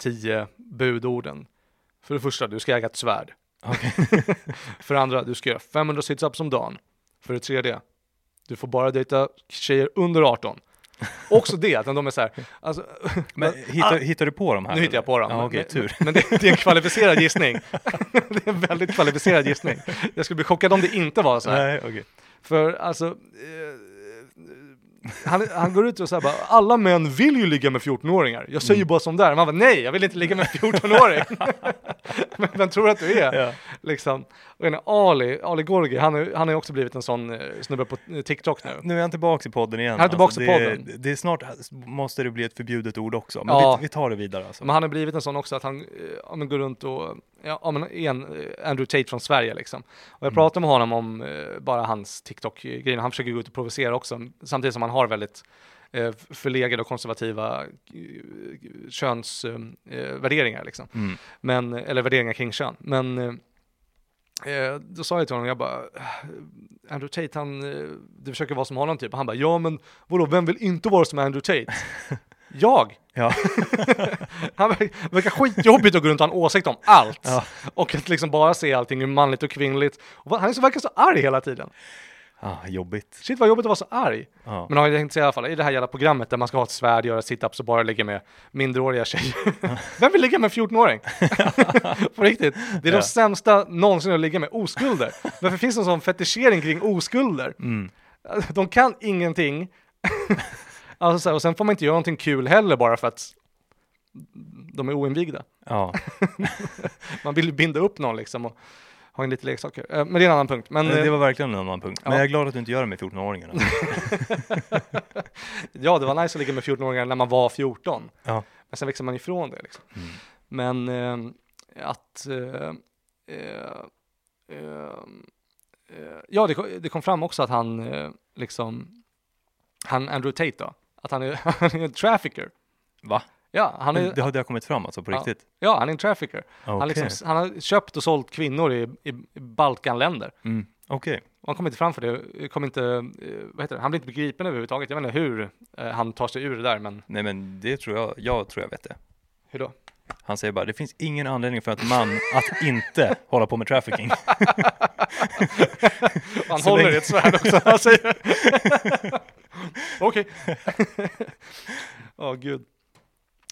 Speaker 2: tio budorden. För det första, du ska äga ett svärd.
Speaker 1: Okej.
Speaker 2: För det andra, du ska göra 500 situps om dagen. För det tredje, du får bara dejta tjejer under 18. Också det, att de är så här, alltså,
Speaker 1: Men hittar, hittar du på de här?
Speaker 2: nu hittar jag på dem.
Speaker 1: Ja,
Speaker 2: men-
Speaker 1: okej,
Speaker 2: men,
Speaker 1: tur.
Speaker 2: Men det, det är en kvalificerad gissning. det är en väldigt kvalificerad gissning. Jag skulle bli chockad om det inte var så här.
Speaker 1: Nej, okej.
Speaker 2: För alltså, eh, han, han går ut och säger bara, alla män vill ju ligga med 14-åringar. Jag säger ju bara som där. Man bara, nej, jag vill inte ligga med en 14-åring. men vem tror du att du är?
Speaker 1: Ja.
Speaker 2: Liksom. Och jag menar, Ali, Ali Gorgi, han har ju- han har ju också blivit en sån eh, snubbe på eh, TikTok nu.
Speaker 1: Nu är han tillbaka i podden igen. alltså.
Speaker 2: Han är tillbaka i
Speaker 1: det,
Speaker 2: podden.
Speaker 1: Det är snart måste det bli ett förbjudet ord också. Men
Speaker 2: Ja.
Speaker 1: vi, vi tar det vidare alltså.
Speaker 2: Men han har blivit en sån också att han eh, ja, men går runt och, ja ja, men är en eh, Andrew Tate från Sverige liksom. Och jag pratade med honom om eh, bara hans TikTok-grejer, han försöker gå ut och provocera också, samtidigt som han har väldigt eh, förlegade och konservativa eh, könsvärderingar liksom.
Speaker 1: Mm.
Speaker 2: Men, eller värderingar kring kön. Men eh, eh, då sa jag till honom, jag bara, "Eh, Andrew Tate, han, eh, du försöker vara som honom typ. Och han bara, ja men vadå, vem vill inte vara som Andrew Tate? jag!
Speaker 1: Ja.
Speaker 2: Han verkar, verkar skitjobbigt att gå runt och ha en åsikt om allt.
Speaker 1: Ja.
Speaker 2: Och att liksom bara se allting ur manligt och kvinnligt. Och vad- han är så, verkar så arg hela tiden.
Speaker 1: Ah, jobbigt.
Speaker 2: Shit vad jobbigt att vara så arg.
Speaker 1: Ja.
Speaker 2: Men har jag tänkt sig i alla fall, i det här jävla programmet där man ska ha ett svärd, göra sit-ups och bara ligga med minderåriga tjejer. Vem vill ligga med en 14-åring? På riktigt. Det är
Speaker 1: Ja.
Speaker 2: de sämsta någonsin att ligga med, oskulder. Varför finns det en sån fetischering kring oskulder?
Speaker 1: Mm.
Speaker 2: De kan ingenting. alltså, så här, och sen får man inte göra någonting kul heller bara för att de är oinvigda.
Speaker 1: Ja.
Speaker 2: Man vill ju binda upp någon liksom och ha in lite leksaker. Eh, Men det är en annan punkt. Men,
Speaker 1: Men det
Speaker 2: eh,
Speaker 1: var verkligen en annan punkt. Men
Speaker 2: ja. Mm.
Speaker 1: jag är glad att du inte gör det med 14-åringarna.
Speaker 2: eh, ja, det var nice att ligga med 14-åringar när man var 14.
Speaker 1: Ja.
Speaker 2: Men sen växer man ifrån det liksom.
Speaker 1: Mm.
Speaker 2: Men eh, att... Eh, eh, eh, eh, ja, det kom, det kom fram också att han eh, liksom... Han Andrew Tate då, att han är, han är en trafficker.
Speaker 1: Va?
Speaker 2: Ja, han
Speaker 1: Men
Speaker 2: är,
Speaker 1: Det har, det har kommit fram alltså på
Speaker 2: Ja.
Speaker 1: riktigt?
Speaker 2: ja, han är en trafficker.
Speaker 1: Okej.
Speaker 2: Han, liksom, han har köpt och sålt kvinnor i, i, i Balkanländer.
Speaker 1: mm. Okej.
Speaker 2: Och han kom inte fram för det, kom inte, eh, vad heter det, han blir inte begripen överhuvudtaget. Jag vet inte hur eh, han tar sig ur det där, men
Speaker 1: Nej men det tror jag, jag tror jag vet det.
Speaker 2: hur då?
Speaker 1: Han säger bara, det finns ingen anledning för en man att inte hålla på med trafficking.
Speaker 2: Han
Speaker 1: Så
Speaker 2: håller
Speaker 1: länge-
Speaker 2: i ett svärd också. Han säger... Okej. Ja, gud.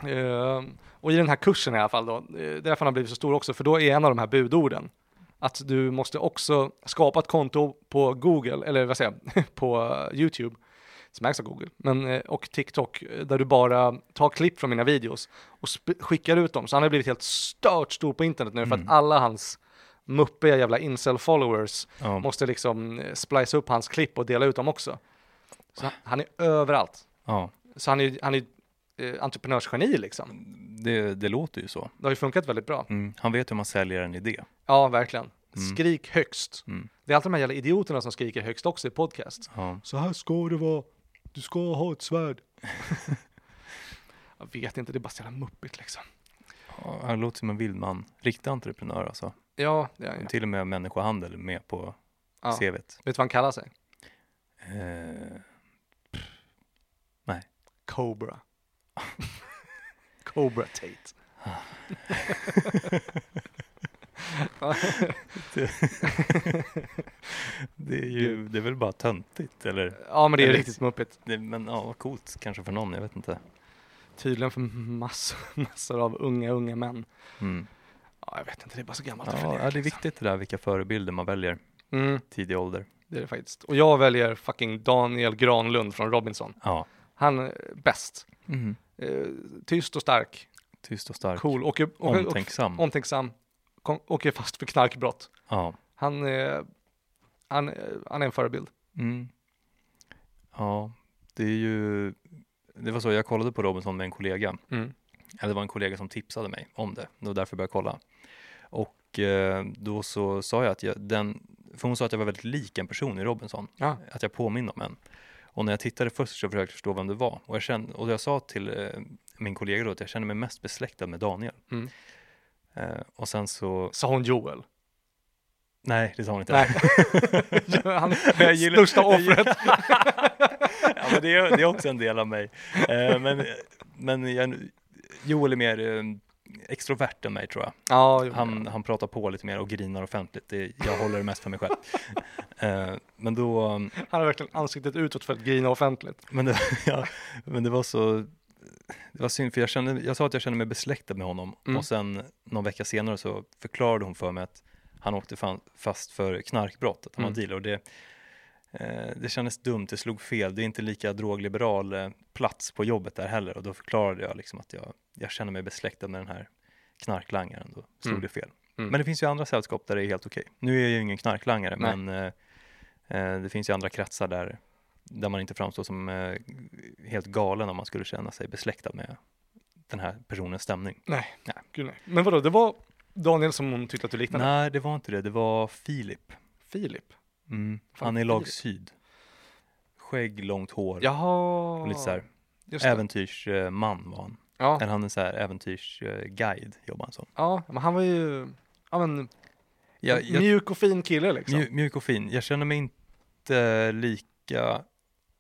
Speaker 2: Ehm, och i den här kursen i alla fall då, eh, det är därför han har blivit så stor också, för då är en av de här budorden att du måste också skapa ett konto på Google, eller vad säger jag, på eh, YouTube, som ägs av Google, men, eh, och TikTok, eh, där du bara tar klipp från mina videos och sp- skickar ut dem. Så han har blivit helt stört stor på internet nu,
Speaker 1: Mm.
Speaker 2: för att alla hans muppiga jävla incel-followers
Speaker 1: Ja.
Speaker 2: måste liksom eh, splice upp hans klipp och dela ut dem också. Så han- han är överallt.
Speaker 1: Ja,
Speaker 2: Så han är ju han är, ju, eh, entreprenörsgeni liksom.
Speaker 1: det, det låter ju så.
Speaker 2: Det har ju funkat väldigt bra.
Speaker 1: Mm. Han vet hur man säljer en idé.
Speaker 2: Ja, verkligen. Skrik högst.
Speaker 1: Mm.
Speaker 2: Det är alltid de här jävla idioterna som skriker högst också i podcast.
Speaker 1: Ja.
Speaker 2: Så här ska det vara. Du ska ha ett svärd. Jag vet inte, det är bara så jävla muppigt liksom.
Speaker 1: Ja, Han låter som en vild man. Riktig entreprenör alltså.
Speaker 2: Ja, det är han ju.
Speaker 1: Till och med människohandel är med på
Speaker 2: Ja. Vet
Speaker 1: CVt.
Speaker 2: du vad han kallar sig?
Speaker 1: Eh,
Speaker 2: Cobra. Cobra Tate.
Speaker 1: det, är ju, det är väl bara töntigt eller?
Speaker 2: Ja, men det är
Speaker 1: Eller-
Speaker 2: riktigt muppigt.
Speaker 1: Det, men ja, vad coolt kanske för någon, jag vet inte.
Speaker 2: Tydligen för massor, massor av unga, unga män.
Speaker 1: Mm.
Speaker 2: Ja, jag vet inte, det är bara så gammalt och
Speaker 1: Ja,
Speaker 2: förlegat,
Speaker 1: ja, det är
Speaker 2: liksom.
Speaker 1: viktigt det där vilka förebilder man väljer
Speaker 2: Mm,
Speaker 1: tidig ålder.
Speaker 2: det är det faktiskt. Och jag väljer fucking Daniel Granlund från Robinson.
Speaker 1: Ja.
Speaker 2: Han är bäst. Eh, tyst och stark,
Speaker 1: Tyst och stark.
Speaker 2: cool, åker, åker,
Speaker 1: Omtänksam.
Speaker 2: åker, omtänksam, kom, åker fast för knarkbrott.
Speaker 1: ja.
Speaker 2: Han, eh, han, eh, han är en förebild.
Speaker 1: Mm. ja, det är ju... Det var så, jag kollade på Robinson med en kollega. Eller det var en kollega som tipsade mig om det. Det var därför jag började kolla. Och eh, då så sa jag att jag, den... För hon sa att jag var väldigt lik en person i Robinson.
Speaker 2: Ja.
Speaker 1: Att jag påminner om en. Och när jag tittade först så försökte jag förstå vem det var. Och jag, kände, och jag sa till eh, min kollega då att jag känner mig mest besläktad med Daniel.
Speaker 2: Mm.
Speaker 1: Eh, och sen så
Speaker 2: Sa hon Joel?
Speaker 1: Nej, det sa hon inte.
Speaker 2: Nej. han
Speaker 1: Jag
Speaker 2: är
Speaker 1: gillar-
Speaker 2: största offret.
Speaker 1: Ja, men det, är, det är också en del av mig. Eh, men men jag, Joel är mer eh, extrovert än mig tror jag.
Speaker 2: ja, jo,
Speaker 1: Han, han pratar på lite mer och grinar offentligt. Det, jag håller det mest för mig själv. Eh, men då...
Speaker 2: han har verkligen ansiktet utåt för att grina offentligt.
Speaker 1: Men det, ja, men det var så... Det var synd, för jag, kände, jag sa att jag kände mig besläktad med honom.
Speaker 2: Mm.
Speaker 1: Och sen någon vecka senare så förklarade hon för mig att han åkte fan, fast för knarkbrott, att han var
Speaker 2: Mm.
Speaker 1: dealer. Och det, eh, det kändes dumt, det slog fel. Det är inte lika drogliberal eh, plats på jobbet där heller. Och då förklarade jag liksom att jag, jag känner mig besläktad med den här knarklangaren. Då slog
Speaker 2: Mm.
Speaker 1: det fel.
Speaker 2: Mm.
Speaker 1: Men det finns ju andra sällskap där det är helt okej. Nu är jag ju ingen knarklangare,
Speaker 2: Nej.
Speaker 1: men eh, eh, det finns ju andra kretsar där, där man inte framstår som eh, helt galen om man skulle känna sig besläktad med den här personens stämning.
Speaker 2: Gud, nej. Men vadå, det var Daniel som hon tyckte att du liknade?
Speaker 1: Nej, det var inte det. Det var Filip.
Speaker 2: Filip?
Speaker 1: Mm.
Speaker 2: Fan,
Speaker 1: Han är i lag
Speaker 2: Filip.
Speaker 1: syd. Skägg, långt hår.
Speaker 2: Jaha.
Speaker 1: och Lite så här,
Speaker 2: Just det.
Speaker 1: äventyrsman var han.
Speaker 2: Ja.
Speaker 1: Eller han är så här äventyrsguide, jobbar han som.
Speaker 2: ja, men han var ju ja, men,
Speaker 1: Jag,
Speaker 2: en
Speaker 1: jag,
Speaker 2: mjuk och fin kille liksom.
Speaker 1: Mju- mjuk och fin. Jag känner mig inte lika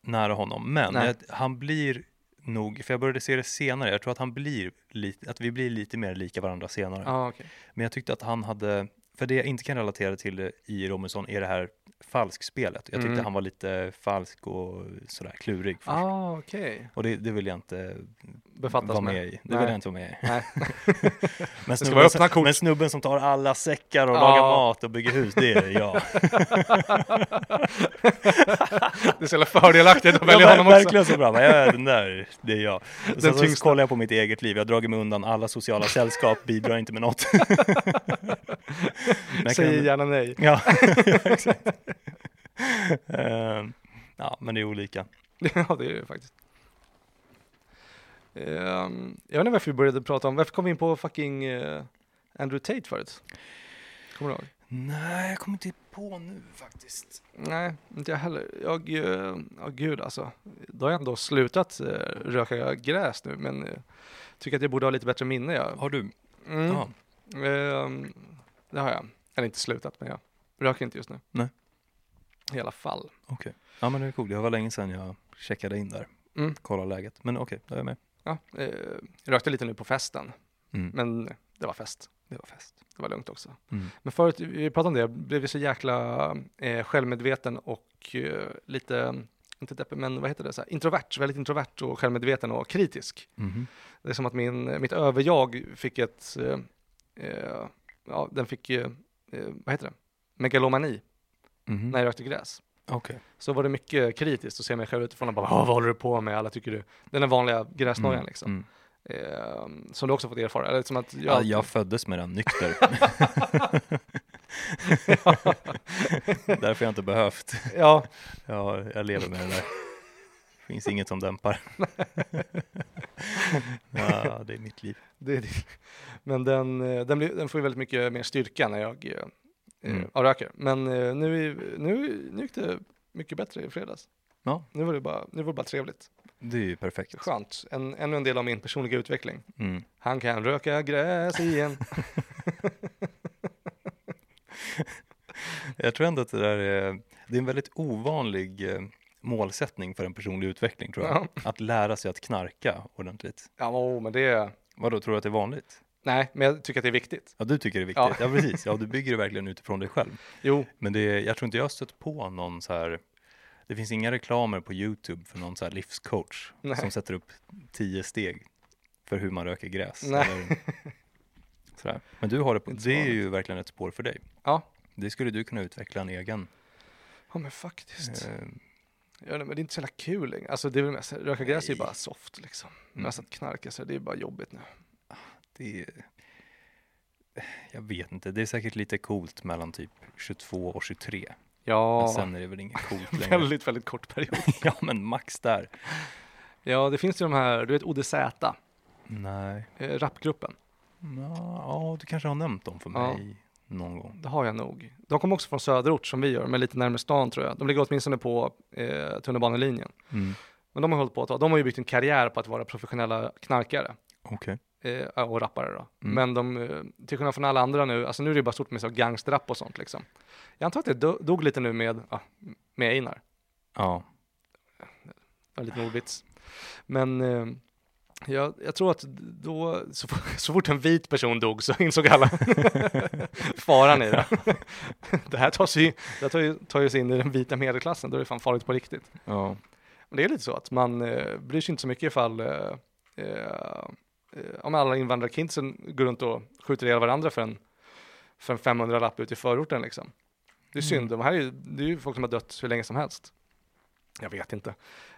Speaker 1: nära honom, men
Speaker 2: Nej.
Speaker 1: jag, han blir nog, för jag började se det senare, jag tror att han blir lite, att vi blir lite mer lika varandra senare.
Speaker 2: Ja, okej.
Speaker 1: Men jag tyckte att han hade, för det jag inte kan relatera till i Robinson är det här falskspelet. Jag tyckte
Speaker 2: Mm.
Speaker 1: han var lite falsk och sådär klurig först.
Speaker 2: Ah, okej.
Speaker 1: Och det, det vill jag inte
Speaker 2: Befattas
Speaker 1: vara med,
Speaker 2: med.
Speaker 1: i. Det
Speaker 2: Nej.
Speaker 1: vill jag inte vara med i.
Speaker 2: Nej.
Speaker 1: Men
Speaker 2: vara
Speaker 1: snubben,
Speaker 2: öppna
Speaker 1: som,
Speaker 2: kort.
Speaker 1: men snubben som tar alla säckar och
Speaker 2: Ja.
Speaker 1: lagar mat och bygger hus, det är jag.
Speaker 2: Det är så jävla fördelaktigt att
Speaker 1: Jag
Speaker 2: välja
Speaker 1: var
Speaker 2: honom också.
Speaker 1: verkligen så bra, bara, jag är den där, det är jag. Och sen så
Speaker 2: tyngsta.
Speaker 1: kollar jag på mitt eget liv, jag har dragit mig undan alla sociala sällskap, bidrar inte med något. Men jag
Speaker 2: Säger
Speaker 1: kan-
Speaker 2: gärna nej.
Speaker 1: Ja, exakt. Ehm, ja, men det är olika.
Speaker 2: ja, det är det faktiskt. Ehm, jag vet inte varför vi började prata om, varför kom vi in på fucking eh, Andrew Tate förut? Kommer du ihåg?
Speaker 1: Nej, jag kommer inte på nu faktiskt.
Speaker 2: Nej, inte jag heller. Jag, eh, ja gud alltså. Då har jag ändå slutat eh, röka gräs nu, men eh, tycker att jag borde ha lite bättre minne. Jag.
Speaker 1: Har du?
Speaker 2: Mm.
Speaker 1: Ja.
Speaker 2: Ehm, det har jag. Eller inte slutat, men jag röker inte just nu.
Speaker 1: Nej.
Speaker 2: I alla fall.
Speaker 1: ja, men det är coolt. Det var länge sedan jag checkade in där,
Speaker 2: Mm.
Speaker 1: kolla läget. Men okej, då är jag med.
Speaker 2: Ja, eh, jag rökte lite nu på festen.
Speaker 1: Mm.
Speaker 2: Men det var fest. Det var fest. Det var lugnt också.
Speaker 1: Mm.
Speaker 2: Men förut, vi pratade om det, jag blev ju så jäkla eh, självmedveten och eh, lite, inte deppig, men vad heter det, så här, introvert, väldigt introvert och självmedveten och kritisk.
Speaker 1: Mhm.
Speaker 2: Det är som att min, mitt överjag fick ett, eh, eh, ja, den fick, eh, eh, vad heter det, megalomani
Speaker 1: Mhm.
Speaker 2: när jag rökte gräs.
Speaker 1: Okej.
Speaker 2: Så var det mycket kritiskt att se mig själv utifrån och bara, "Åh, vad håller du på med, alla tycker du, den där vanliga gräsnojan
Speaker 1: Mm,
Speaker 2: liksom.
Speaker 1: mm.
Speaker 2: Eh, som du också fått erfara, eller som att jag,
Speaker 1: Ja, jag föddes med den nykter. Därför har jag inte behövt.
Speaker 2: ja,
Speaker 1: Ja, jag lever med den där. Finns inget som dämpar. ja, det är mitt liv.
Speaker 2: Det är det. Men den, eh, den, blir, den får ju väldigt mycket mer styrka när jag eh,
Speaker 1: Mm.
Speaker 2: ja, röker. Men eh, nu, är- nu, nu gick det mycket bättre i fredags.
Speaker 1: Ja.
Speaker 2: Nu, var det bara, nu var det bara trevligt.
Speaker 1: Det är ju perfekt.
Speaker 2: Skönt. En, ännu en del av min personliga utveckling.
Speaker 1: Mm.
Speaker 2: Han kan röka gräs igen.
Speaker 1: Jag tror ändå att det där är, det är en väldigt ovanlig eh, målsättning för en personlig utveckling, tror jag. Att lära sig att knarka ordentligt.
Speaker 2: ja, åh, men det...
Speaker 1: Vadå, tror du att det är vanligt?
Speaker 2: Nej, men jag tycker att det är viktigt.
Speaker 1: Ja, du tycker det är
Speaker 2: Ja.
Speaker 1: viktigt. Ja, precis. Ja, du bygger det verkligen utifrån dig själv.
Speaker 2: Jo,
Speaker 1: Men det, är- jag tror inte jag har stött på någon så här, det finns inga reklamer på YouTube för någon så här livscoach
Speaker 2: Nej.
Speaker 1: som sätter upp tio steg för hur man röker gräs.
Speaker 2: Nej.
Speaker 1: Eller, sådär. Men du har det, på,
Speaker 2: Inte
Speaker 1: det,
Speaker 2: så
Speaker 1: är
Speaker 2: vanligt.
Speaker 1: ju verkligen ett spår för dig.
Speaker 2: Ja.
Speaker 1: Det skulle du kunna utveckla en egen.
Speaker 2: ja men faktiskt.
Speaker 1: Eh,
Speaker 2: Ja, men det är inte så jävla kul längre. Alltså, det är väl mest, röka gräs är ju
Speaker 1: Nej.
Speaker 2: bara soft liksom.
Speaker 1: Mm.
Speaker 2: Men alltså att knarka så det är bara jobbigt nu.
Speaker 1: det, är- jag vet inte, det är säkert lite coolt mellan typ 22 och 23. Men
Speaker 2: Ja,
Speaker 1: sen är det väl inget coolt längre.
Speaker 2: väldigt, väldigt kort period.
Speaker 1: ja, men max där.
Speaker 2: Ja, det finns ju de här, du vet ODZ, eh,
Speaker 1: Nej,
Speaker 2: rapgruppen.
Speaker 1: Nå, ja, du kanske har nämnt dem för
Speaker 2: Ja.
Speaker 1: mig någon gång.
Speaker 2: Det har jag nog. De kommer också från söderort som vi gör, men lite närmare stan tror jag. De ligger åtminstone på eh, tunnelbanelinjen.
Speaker 1: Mm.
Speaker 2: Men de har hållit på att de har ju byggt en karriär på att vara professionella knarkare
Speaker 1: Okej.
Speaker 2: eh, och rappare då.
Speaker 1: Mm.
Speaker 2: Men de, eh, till skillnad från alla andra nu, alltså nu är det bara stort med så gangsterrap och sånt liksom. Jag antar att det do- dog lite nu med, ja, med Einar.
Speaker 1: Ja.
Speaker 2: Det var lite ordvits. Men eh, jag, jag tror att då, så, f- så fort en vit person dog så insåg alla faran i det. det här tar sig, ju- det här tar ju, tar ju sig in i den vita medelklassen, då är det fan farligt på riktigt.
Speaker 1: ja.
Speaker 2: Men det är lite så att man eh, bryr sig inte så mycket ifall eh, eh, eh, om alla invandrarkidsen går runt och skjuter ihjäl varandra för en, för en 500-lapp ute i förorten liksom. Det är synd,
Speaker 1: Mm.
Speaker 2: de här är, ju- det är ju folk som har dött hur länge som helst. Jag vet inte.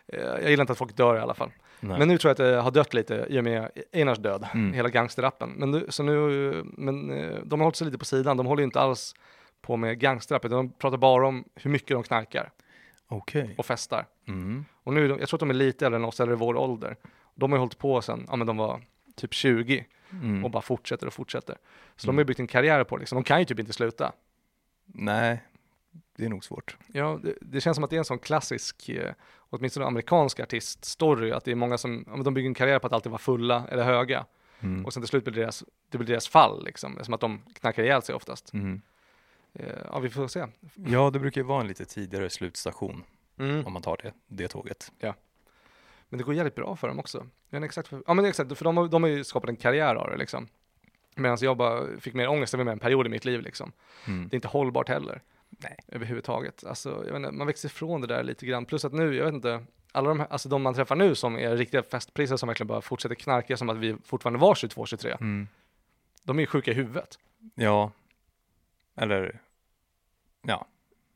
Speaker 2: Eh, jag gillar inte att folk dör i alla fall.
Speaker 1: Nej.
Speaker 2: Men nu tror jag att det har dött lite i och med Einars död,
Speaker 1: Mm.
Speaker 2: hela gangsterrappen. Men, nu, så nu, men eh, de har hållit sig lite på sidan, de håller ju inte alls på med gangsterrap, utan de pratar bara om hur mycket de knarkar
Speaker 1: Okej.
Speaker 2: och festar.
Speaker 1: Mm.
Speaker 2: Och nu, är de- jag tror att de är lite äldre än oss, eller i vår ålder. De har ju hållit på sedan, ja men de var typ 20
Speaker 1: Mm.
Speaker 2: och bara fortsätter och fortsätter. Så
Speaker 1: Mm.
Speaker 2: de har ju byggt en karriär på det liksom, de kan ju typ inte sluta.
Speaker 1: Nej, det är nog svårt.
Speaker 2: Ja, det, det känns som att det är en sån klassisk, eh, åtminstone amerikansk artist-story, att det är många som, ja, men de bygger en karriär på att alltid vara fulla eller höga.
Speaker 1: Mm.
Speaker 2: Och sen till slut blir det deras, det blir deras fall, liksom, som att de knarkar ihjäl sig oftast.
Speaker 1: Mm.
Speaker 2: Eh, ja, vi får se.
Speaker 1: Ja, det brukar ju vara en lite tidigare slutstation
Speaker 2: Mm.
Speaker 1: om man tar det, det tåget.
Speaker 2: Men det går jävligt bra för dem också. Jag vet inte exakt, för, ja, men exakt, för de, har- de har ju skapat en karriär av det. Liksom. Medan jag bara fick mer ångest över en period i mitt liv. Liksom.
Speaker 1: Mm.
Speaker 2: Det är inte hållbart heller.
Speaker 1: Nej.
Speaker 2: Överhuvudtaget. Alltså, jag vet inte, man växer ifrån det där lite grann. Plus att nu, jag vet inte, alla de, här, alltså, de man träffar nu som är riktiga festpriser som verkligen bara fortsätter knarka som att vi fortfarande var 22-23,
Speaker 1: Mm.
Speaker 2: de är ju sjuka i huvudet.
Speaker 1: Ja, eller ja.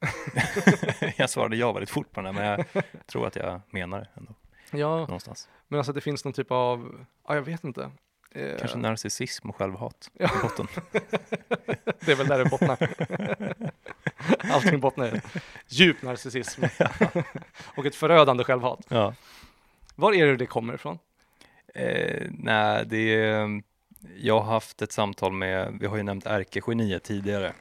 Speaker 1: jag svarade ja väldigt fort på den här, men jag tror att jag menar det ändå
Speaker 2: Ja,
Speaker 1: någonstans.
Speaker 2: men alltså det finns någon typ av, ja jag vet inte. Eh,
Speaker 1: Kanske narcissism och självhat
Speaker 2: Ja.
Speaker 1: i botten.
Speaker 2: Det är väl där det bottnar. Allting bottnar i djup narcissism och ett förödande självhat.
Speaker 1: Ja.
Speaker 2: Var är det det kommer ifrån?
Speaker 1: Eh, nej, det är, jag har haft ett samtal med, vi har ju nämnt ärkegeniet tidigare,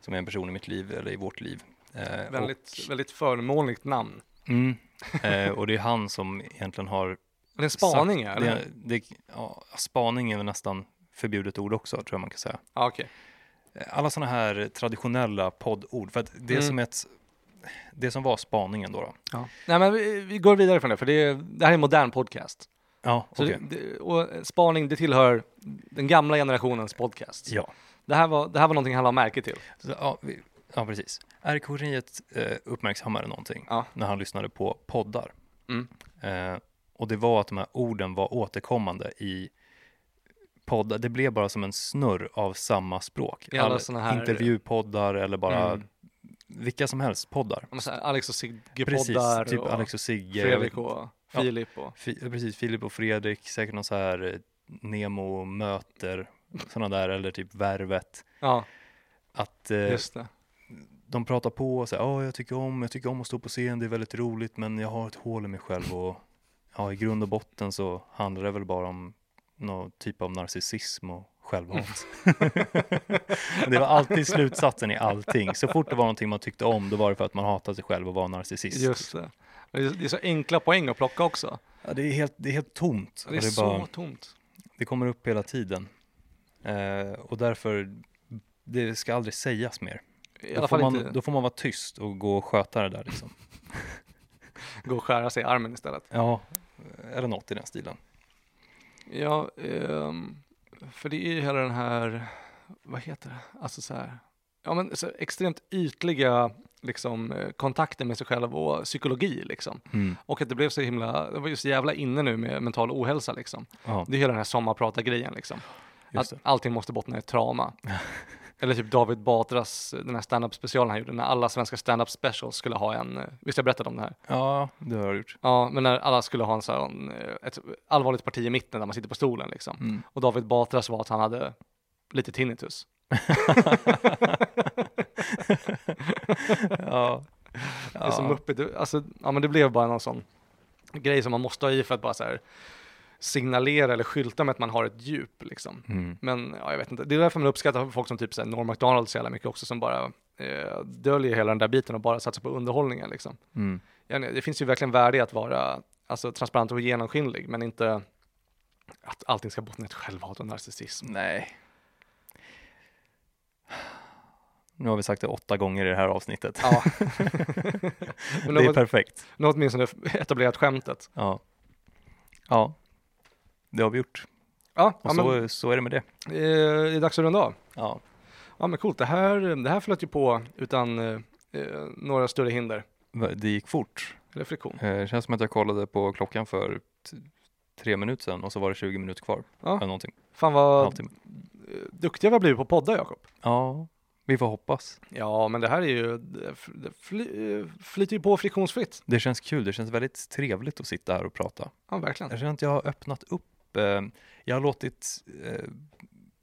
Speaker 1: som är en person i mitt liv, eller i vårt liv. Eh,
Speaker 2: Väldigt, väldigt förmånligt namn.
Speaker 1: och, mm, eh, och det är han som egentligen har,
Speaker 2: Är det en spaning? Eller?
Speaker 1: det, det, ja, spaning är väl nästan förbjudet ord också, tror jag man kan säga. Eh,
Speaker 2: Ja, okej.
Speaker 1: alla sådana här traditionella poddord. För att det
Speaker 2: Mm.
Speaker 1: som ett, det som var spaningen då. då
Speaker 2: Nej, men vi, vi går vidare från det, för det, är, det här är en modern podcast.
Speaker 1: Ja,
Speaker 2: Så
Speaker 1: okej.
Speaker 2: det, och spaning, det tillhör den gamla generationens podcast.
Speaker 1: Ja.
Speaker 2: Det, här var, det här var någonting han lade märke till.
Speaker 1: Så, ja, vi, ja, precis. RK-geniet eh, uppmärksammade någonting
Speaker 2: Ja.
Speaker 1: när han lyssnade på poddar.
Speaker 2: Mm.
Speaker 1: Eh, och det var att de här orden var återkommande i poddar. Det blev bara som en snurr av samma språk.
Speaker 2: I alla såna här-
Speaker 1: Intervjupoddar eller bara
Speaker 2: Mm.
Speaker 1: vilka som helst poddar.
Speaker 2: Ja, men så här, Alex och
Speaker 1: Precis,
Speaker 2: Sigge-poddar
Speaker 1: typ
Speaker 2: och
Speaker 1: Alex och Sigge. jag vet
Speaker 2: Fredrik
Speaker 1: inte.
Speaker 2: och
Speaker 1: Ja.
Speaker 2: Filip. Och,
Speaker 1: Fi, ja, precis, Filip och Fredrik, säkert någon så här eh, Nemo-möter, sådana där, eller typ Värvet.
Speaker 2: ja,
Speaker 1: Att eh,
Speaker 2: just det.
Speaker 1: de pratar på och säger, ja, jag tycker om, jag tycker om att stå på scen, det är väldigt roligt, men jag har ett hål i mig själv och ja, i grund och botten så handlar det väl bara om någon typ av narcissism och självhat. Men det var alltid slutsatsen i allting. Så fort det var någonting man tyckte om, då var det för att man hatade sig själv och var narcissist.
Speaker 2: Just det. Det är- det är så enkla poäng att plocka också.
Speaker 1: Ja, det, är helt, det är helt tomt.
Speaker 2: Det är,
Speaker 1: Och
Speaker 2: så
Speaker 1: bara-
Speaker 2: tomt.
Speaker 1: Det kommer upp hela tiden. Eh, och därför, det ska aldrig sägas mer.
Speaker 2: I
Speaker 1: då, får
Speaker 2: alla fall
Speaker 1: man,
Speaker 2: inte
Speaker 1: då får man vara tyst och gå och sköta det där liksom.
Speaker 2: gå och skära sig i armen istället.
Speaker 1: Ja, eller något i den stilen.
Speaker 2: Ja, ehm, för det är ju hela den här, vad heter det, alltså så här, ja men så extremt ytliga liksom eh, kontakter med sig själv och psykologi liksom. Och att det blev så himla, det var ju så jävla inne nu med mental ohälsa liksom.
Speaker 1: Ja,
Speaker 2: Det är hela den här sommarprata-grejen liksom.
Speaker 1: just
Speaker 2: Att
Speaker 1: det.
Speaker 2: allting måste bottna i ett trauma. Eller typ David Batras, den här stand-up specialen han gjorde, när alla svenska stand-up specials skulle ha en, eh, visst jag berättade om det här?
Speaker 1: Ja, det har jag gjort.
Speaker 2: Ja, men när alla skulle ha en sån, eh, ett allvarligt parti i mitten där man sitter på stolen liksom.
Speaker 1: Mm.
Speaker 2: Och David Batras var att han hade lite tinnitus.
Speaker 1: ja.
Speaker 2: Det är som
Speaker 1: Ja.
Speaker 2: uppe, alltså, ja men det blev bara någon sån grej som man måste ha i för att bara så här signalera eller skylta med att man har ett djup liksom.
Speaker 1: Mm.
Speaker 2: Men ja, jag vet inte, det är därför man uppskattar folk som typ så här, Norm MacDonald så jävla mycket också som bara eh, döljer hela den där biten och bara satsar på underhållningen liksom.
Speaker 1: Mm.
Speaker 2: Jag vet inte, Det finns ju verkligen värde i att vara alltså, transparent och genomskinlig, men inte att allting ska bottna i ett självhat och narcissism.
Speaker 1: Nej. Nu har vi sagt det åtta gånger i det här avsnittet.
Speaker 2: Ja. men
Speaker 1: det
Speaker 2: nu
Speaker 1: är
Speaker 2: har
Speaker 1: perfekt.
Speaker 2: nu har åtminstone etablerat skämtet.
Speaker 1: Ja. ja, det har vi gjort.
Speaker 2: Ja,
Speaker 1: Och
Speaker 2: ja eh, men,
Speaker 1: så,
Speaker 2: eh,
Speaker 1: så är det med det.
Speaker 2: det är dags att runda av.
Speaker 1: Ja.
Speaker 2: Ja, men coolt. Det här, det här flöt ju på utan eh, eh, några större hinder
Speaker 1: Va- Det gick fort.
Speaker 2: eller friktion.
Speaker 1: Eh, Det känns som att jag kollade på klockan för t- tre minuter sedan och så var det 20 minuter kvar.
Speaker 2: Ja.
Speaker 1: Eller någonting.
Speaker 2: Fan vad
Speaker 1: Halvtimme.
Speaker 2: duktiga vi har blivit på poddar, Jakob.
Speaker 1: Ja, vi får hoppas.
Speaker 2: Ja, men det här är ju, det, f- det fly, eh, flyter ju på friktionsfritt.
Speaker 1: Det känns kul. Det känns väldigt trevligt att sitta här och prata.
Speaker 2: Ja, verkligen.
Speaker 1: Jag känner att jag har öppnat upp. eh, Jag har låtit eh,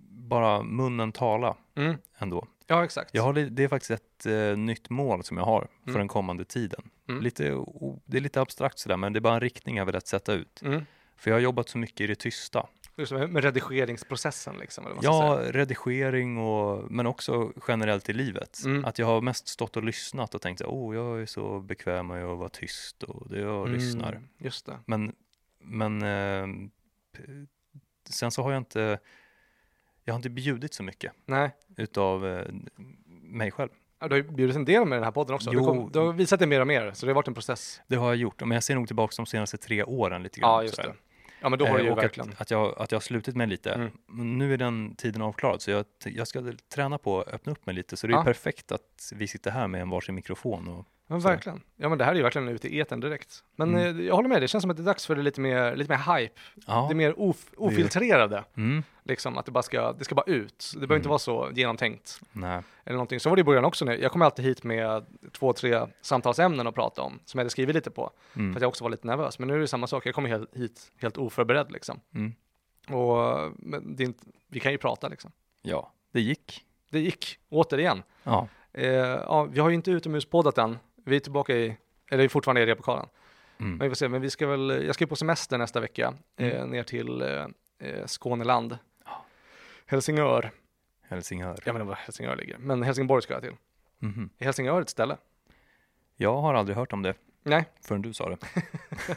Speaker 1: bara munnen tala
Speaker 2: Mm.
Speaker 1: ändå.
Speaker 2: Ja, exakt.
Speaker 1: Jag har, li- det är faktiskt ett eh, nytt mål som jag har för
Speaker 2: Mm.
Speaker 1: den kommande tiden.
Speaker 2: Mm.
Speaker 1: Lite, o- det är lite abstrakt sådär, men det är bara en riktning jag har velat sätta ut.
Speaker 2: Mm.
Speaker 1: För jag har jobbat så mycket i det tysta.
Speaker 2: Just det, med- med redigeringsprocessen liksom, eller vad man ska
Speaker 1: Ja, redigering och, men också generellt i livet.
Speaker 2: Mm.
Speaker 1: Att jag har mest stått och lyssnat och tänkt så här, åh, jag är så bekväm med att vara tyst och det jag
Speaker 2: säga.
Speaker 1: lyssnar.
Speaker 2: Mm, just det.
Speaker 1: Men, men eh, p- sen så har jag inte, jag har inte bjudit så mycket
Speaker 2: Nej,
Speaker 1: utav eh, mig själv.
Speaker 2: ja, du har ju bjudit en del med den här podden också. Du,
Speaker 1: Jo.
Speaker 2: kom, du har visat det mer och mer, så det har varit en process.
Speaker 1: Det har jag gjort, men jag ser nog tillbaka de senaste tre åren lite grann.
Speaker 2: Ja, just
Speaker 1: sådär.
Speaker 2: det. Ja, men då har
Speaker 1: Eh,
Speaker 2: du ju
Speaker 1: och
Speaker 2: verkligen...
Speaker 1: Att, att, jag, att jag har slutit mig lite.
Speaker 2: Mm.
Speaker 1: Men Nu är den tiden avklarad, så jag, t- jag ska träna på att öppna upp mig lite. Så det är
Speaker 2: Ja.
Speaker 1: ju perfekt att vi sitter här med en varsin mikrofon. Och,
Speaker 2: Ja, men
Speaker 1: Så.
Speaker 2: verkligen. Ja, men det här är ju verkligen ute i etern direkt. Men
Speaker 1: Mm.
Speaker 2: eh, jag håller med, det känns som att det är dags för det lite mer, lite mer hype.
Speaker 1: ja.
Speaker 2: Det är mer of, ofiltrerade,
Speaker 1: mm.
Speaker 2: liksom. Att det bara ska, det ska bara ut. Det behöver inte
Speaker 1: Mm.
Speaker 2: vara så genomtänkt.
Speaker 1: Nej.
Speaker 2: Eller någonting. Så var det i början också nu. Jag kom alltid hit med två, tre samtalsämnen att prata om, som jag hade skrivit lite på. För att
Speaker 1: Mm.
Speaker 2: jag också var lite nervös. Men nu är det samma sak, jag kommer helt, hit helt oförberedd liksom.
Speaker 1: Mm.
Speaker 2: Och men det är inte, vi kan ju prata liksom.
Speaker 1: ja, det gick.
Speaker 2: Det gick, återigen.
Speaker 1: Ja.
Speaker 2: Eh, ja, vi har ju inte utomhuspoddat än. Vi är tillbaka i, eller vi är fortfarande i repokalen. Men
Speaker 1: Mm.
Speaker 2: vi får se, men vi ska väl, jag ska ju på semester nästa vecka eh, ner till eh, eh, Skåneland. Helsingör,
Speaker 1: Helsingör.
Speaker 2: jag menar var Helsingör ligger, men Helsingborg ska jag till.
Speaker 1: Mhm.
Speaker 2: Är Helsingör ett ställe?
Speaker 1: Jag har aldrig hört om det
Speaker 2: Nej,
Speaker 1: förrän du sa det.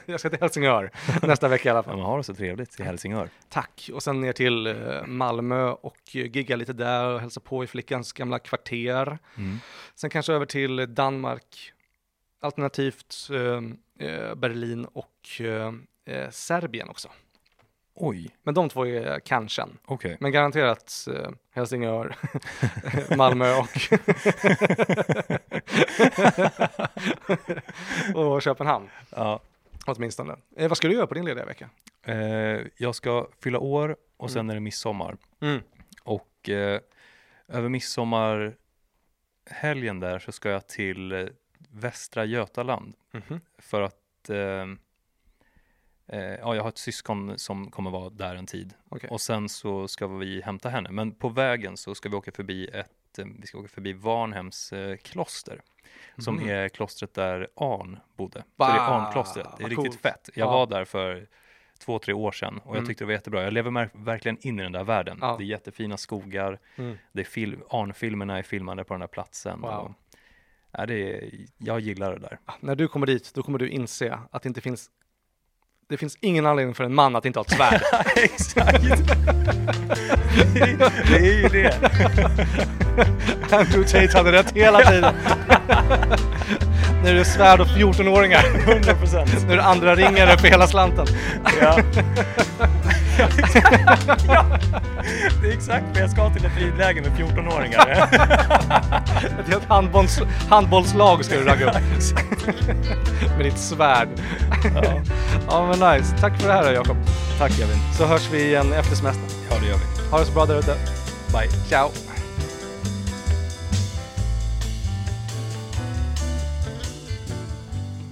Speaker 2: jag ska till Helsingör nästa vecka i alla
Speaker 1: Men
Speaker 2: fall.
Speaker 1: man har det så trevligt i Helsingör.
Speaker 2: Tack, och sen ner till eh, Malmö och eh, gigga lite där och hälsa på i flickans gamla kvarter.
Speaker 1: Mm.
Speaker 2: Sen kanske över till Danmark, ehm, alternativt eh, eh, Berlin och eh, eh, Serbien också.
Speaker 1: Oj,
Speaker 2: Men de två är kanschen.
Speaker 1: okej.
Speaker 2: Men garanterat eh, Helsingör, eh, Malmö och, och Köpenhamn
Speaker 1: Ja.
Speaker 2: åtminstone. Eh, vad ska du göra på din lediga vecka?
Speaker 1: Eh, jag ska fylla år och sen är det midsommar.
Speaker 2: Mm.
Speaker 1: Och eh, över midsommarhelgen där så ska jag till eh, Västra Götaland
Speaker 2: Mhm.
Speaker 1: för att eh, eh, ja, jag har ett syskon som kommer vara där en tid.
Speaker 2: Okej.
Speaker 1: Och sen så ska vi hämta henne. Men på vägen så ska vi åka förbi ett eh, vi ska åka förbi Varnhems eh, kloster, som
Speaker 2: Mhm.
Speaker 1: är klostret där Arn bodde. Så det är
Speaker 2: Bah,
Speaker 1: Arnklostret, det är
Speaker 2: vad
Speaker 1: riktigt
Speaker 2: coolt.
Speaker 1: fett. Jag
Speaker 2: Ja.
Speaker 1: var där för två, tre år sedan och jag
Speaker 2: Mm.
Speaker 1: tyckte det var jättebra. Jag lever mer- verkligen in i den där världen.
Speaker 2: Ja.
Speaker 1: Det är jättefina skogar,
Speaker 2: Mm.
Speaker 1: det är fil- Arn-filmerna är filmade på den där platsen.
Speaker 2: Wow.
Speaker 1: Och, ja, det är, jag gillar det där.
Speaker 2: Ah, När du kommer dit, då kommer du inse att det inte finns det finns ingen anledning för en man att inte ha ett svärd.
Speaker 1: Exakt! det är ju det.
Speaker 2: Andrew Tate hade rätt hela tiden. nu är det svärd och 14-åringar.
Speaker 1: 100 procent.
Speaker 2: Nu är det andra ringare för hela slanten.
Speaker 1: Ja. Det är exakt vad jag ska till ett ridläger med 14-åringar.
Speaker 2: Ett helt handbolls, handbollslag ska du ragga upp. Med ditt svärd.
Speaker 1: Ja.
Speaker 2: Ja men nice. Tack för det här då, Jakob.
Speaker 1: Tack Kevin.
Speaker 2: Så hörs vi igen efter semestern.
Speaker 1: Ja, det gör vi.
Speaker 2: Ha det så bra där ute.
Speaker 1: Bye.
Speaker 2: Ciao.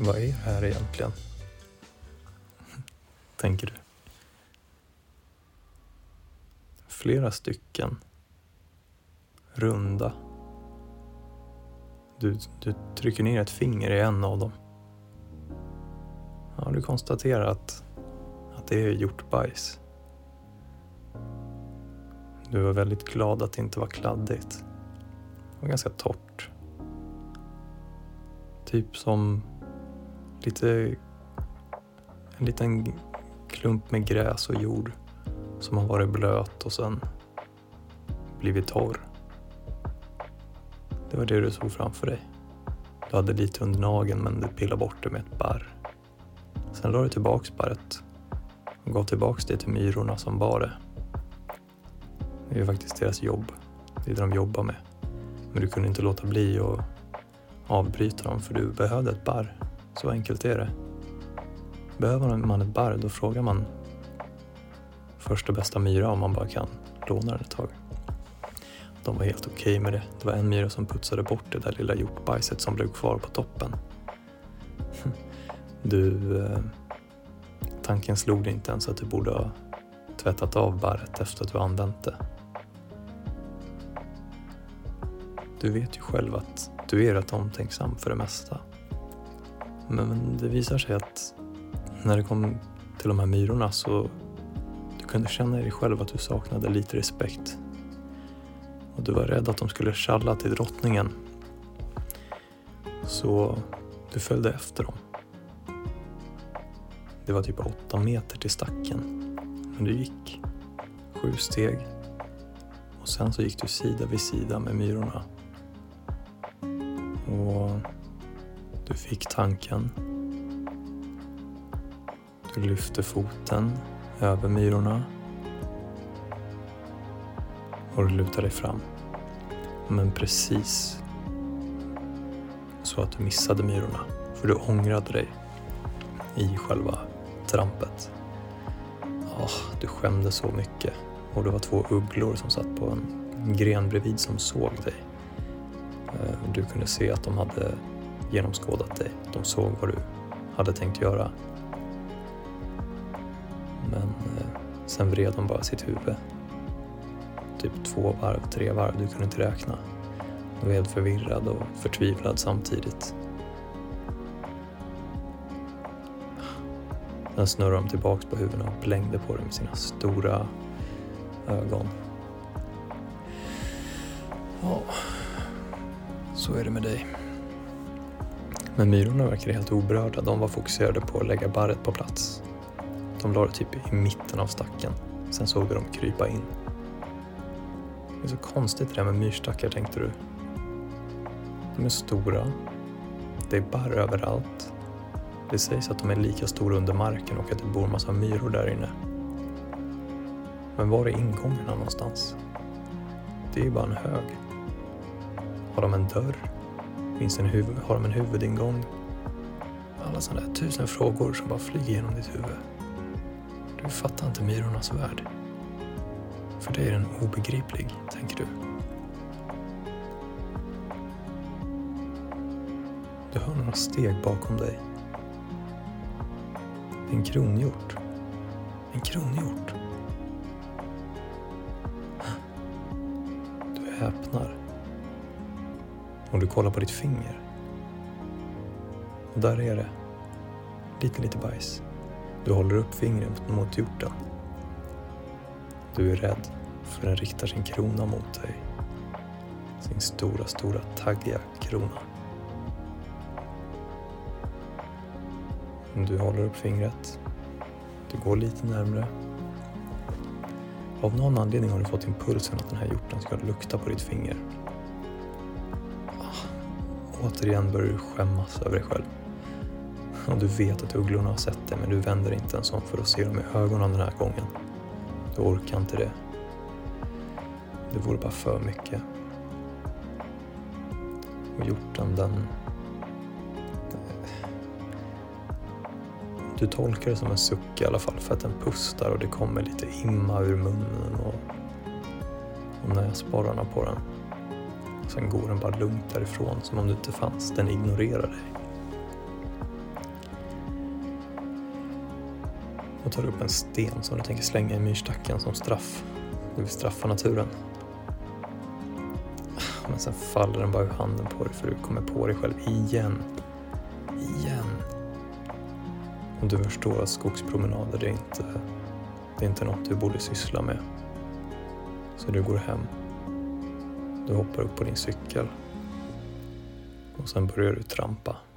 Speaker 3: Vad är det här egentligen? Tänker du. Flera stycken. Runda. Du, du trycker ner ett finger i en av dem. Ja, du konstaterar att, att det är hjortbajs. Du var väldigt glad att det inte var kladdigt. Det var ganska torrt. Typ som lite, en liten klump med gräs och jord som har varit blöt och sen blivit torr. Det var det du såg framför dig. Du hade lite under nageln men du pillade bort det med ett barr. Sen la du tillbaks barret och gav tillbaks det till myrorna som bar det. Det är ju faktiskt deras jobb. Det är det de jobbar med. Men du kunde inte låta bli att avbryta dem för du behövde ett barr. Så enkelt är det. Behöver man ett barr, då frågar man första bästa myra om man bara kan låna den ett tag. De var helt okej med det. Det var en myra som putsade bort det där lilla hjortbajset som blev kvar på toppen. Du... Eh, tanken slog dig inte ens att du borde ha tvättat av barret efter att du använt det. Du vet ju själv att du är rätt omtänksam för det mesta. Men det visar sig att när det kom till de här myrorna så du kunde känna i dig själv att du saknade lite respekt. Och du var rädd att de skulle tjalla till drottningen. Så du följde efter dem. Det var typ åtta meter till stacken. Men du gick. Sju steg. Och sen så gick du sida vid sida med myrorna. Och du fick tanken. Du lyfte foten över myrorna och du lutar dig fram. Men precis så att du missade myrorna, för du ångrade dig i själva trampet. Ah, du skämde så mycket och det var två ugglor som satt på en gren bredvid som såg dig. Eh, Du kunde se att de hade genomskådat dig. De såg vad du hade tänkt göra. Men eh, sen vred de bara sitt huvud. Typ två varv, tre varv, du kunde inte räkna. Du var helt förvirrad och förtvivlad samtidigt. Sen snurrade de tillbaks på huvudena och blängde på dig med sina stora ögon. Ja, så är det med dig. Men myrorna verkade helt oberörda. De var fokuserade på att lägga barret på plats. De la det typ i mitten av stacken. Sen såg du dem krypa in. Det är så konstigt det där med myrstackar, tänkte du. De är stora. Det är barr överallt. Det sägs att de är lika stora under marken och att det bor massa myror där inne. Men var är ingångarna någonstans? Det är ju bara en hög. Har de en dörr? Finns det en huvud? Har de en huvudingång? Alla sådana där tusen frågor som bara flyger genom ditt huvud. Du fattar inte myrornas värld. För dig är den obegriplig, tänker du. Du hör några steg bakom dig. Det är en kronhjort. En kronhjort. Du häpnar. Och du kollar på ditt finger. Och där är det. Lite, lite bajs. Du håller upp fingret mot hjorten. Du är rädd, för den riktar sin krona mot dig. Sin stora, stora taggiga krona. Du håller upp fingret. Du går lite närmre. Av någon anledning har du fått impulsen att den här hjorten ska lukta på ditt finger. Ah, återigen börjar du skämmas över dig själv. Och du vet att ugglorna har sett dig men du vänder inte ens om för att se dem i ögonen den här gången. Du orkar inte det. Det vore bara för mycket. Och hjorten den Du tolkar det som en suck i alla fall för att den pustar och det kommer lite imma ur munnen och, och näsborrarna på den. Och sen går den bara lugnt därifrån som om du inte fanns. Den ignorerar dig. Och tar upp en sten som du tänker slänga i myrstacken som straff. Du vill straffa naturen. Men sen faller den bara ur handen på dig för du kommer på dig själv igen. Igen och du förstår att skogspromenader det är inte, det är inte något du borde syssla med. Så du går hem. Du hoppar upp på din cykel och sen börjar du trampa.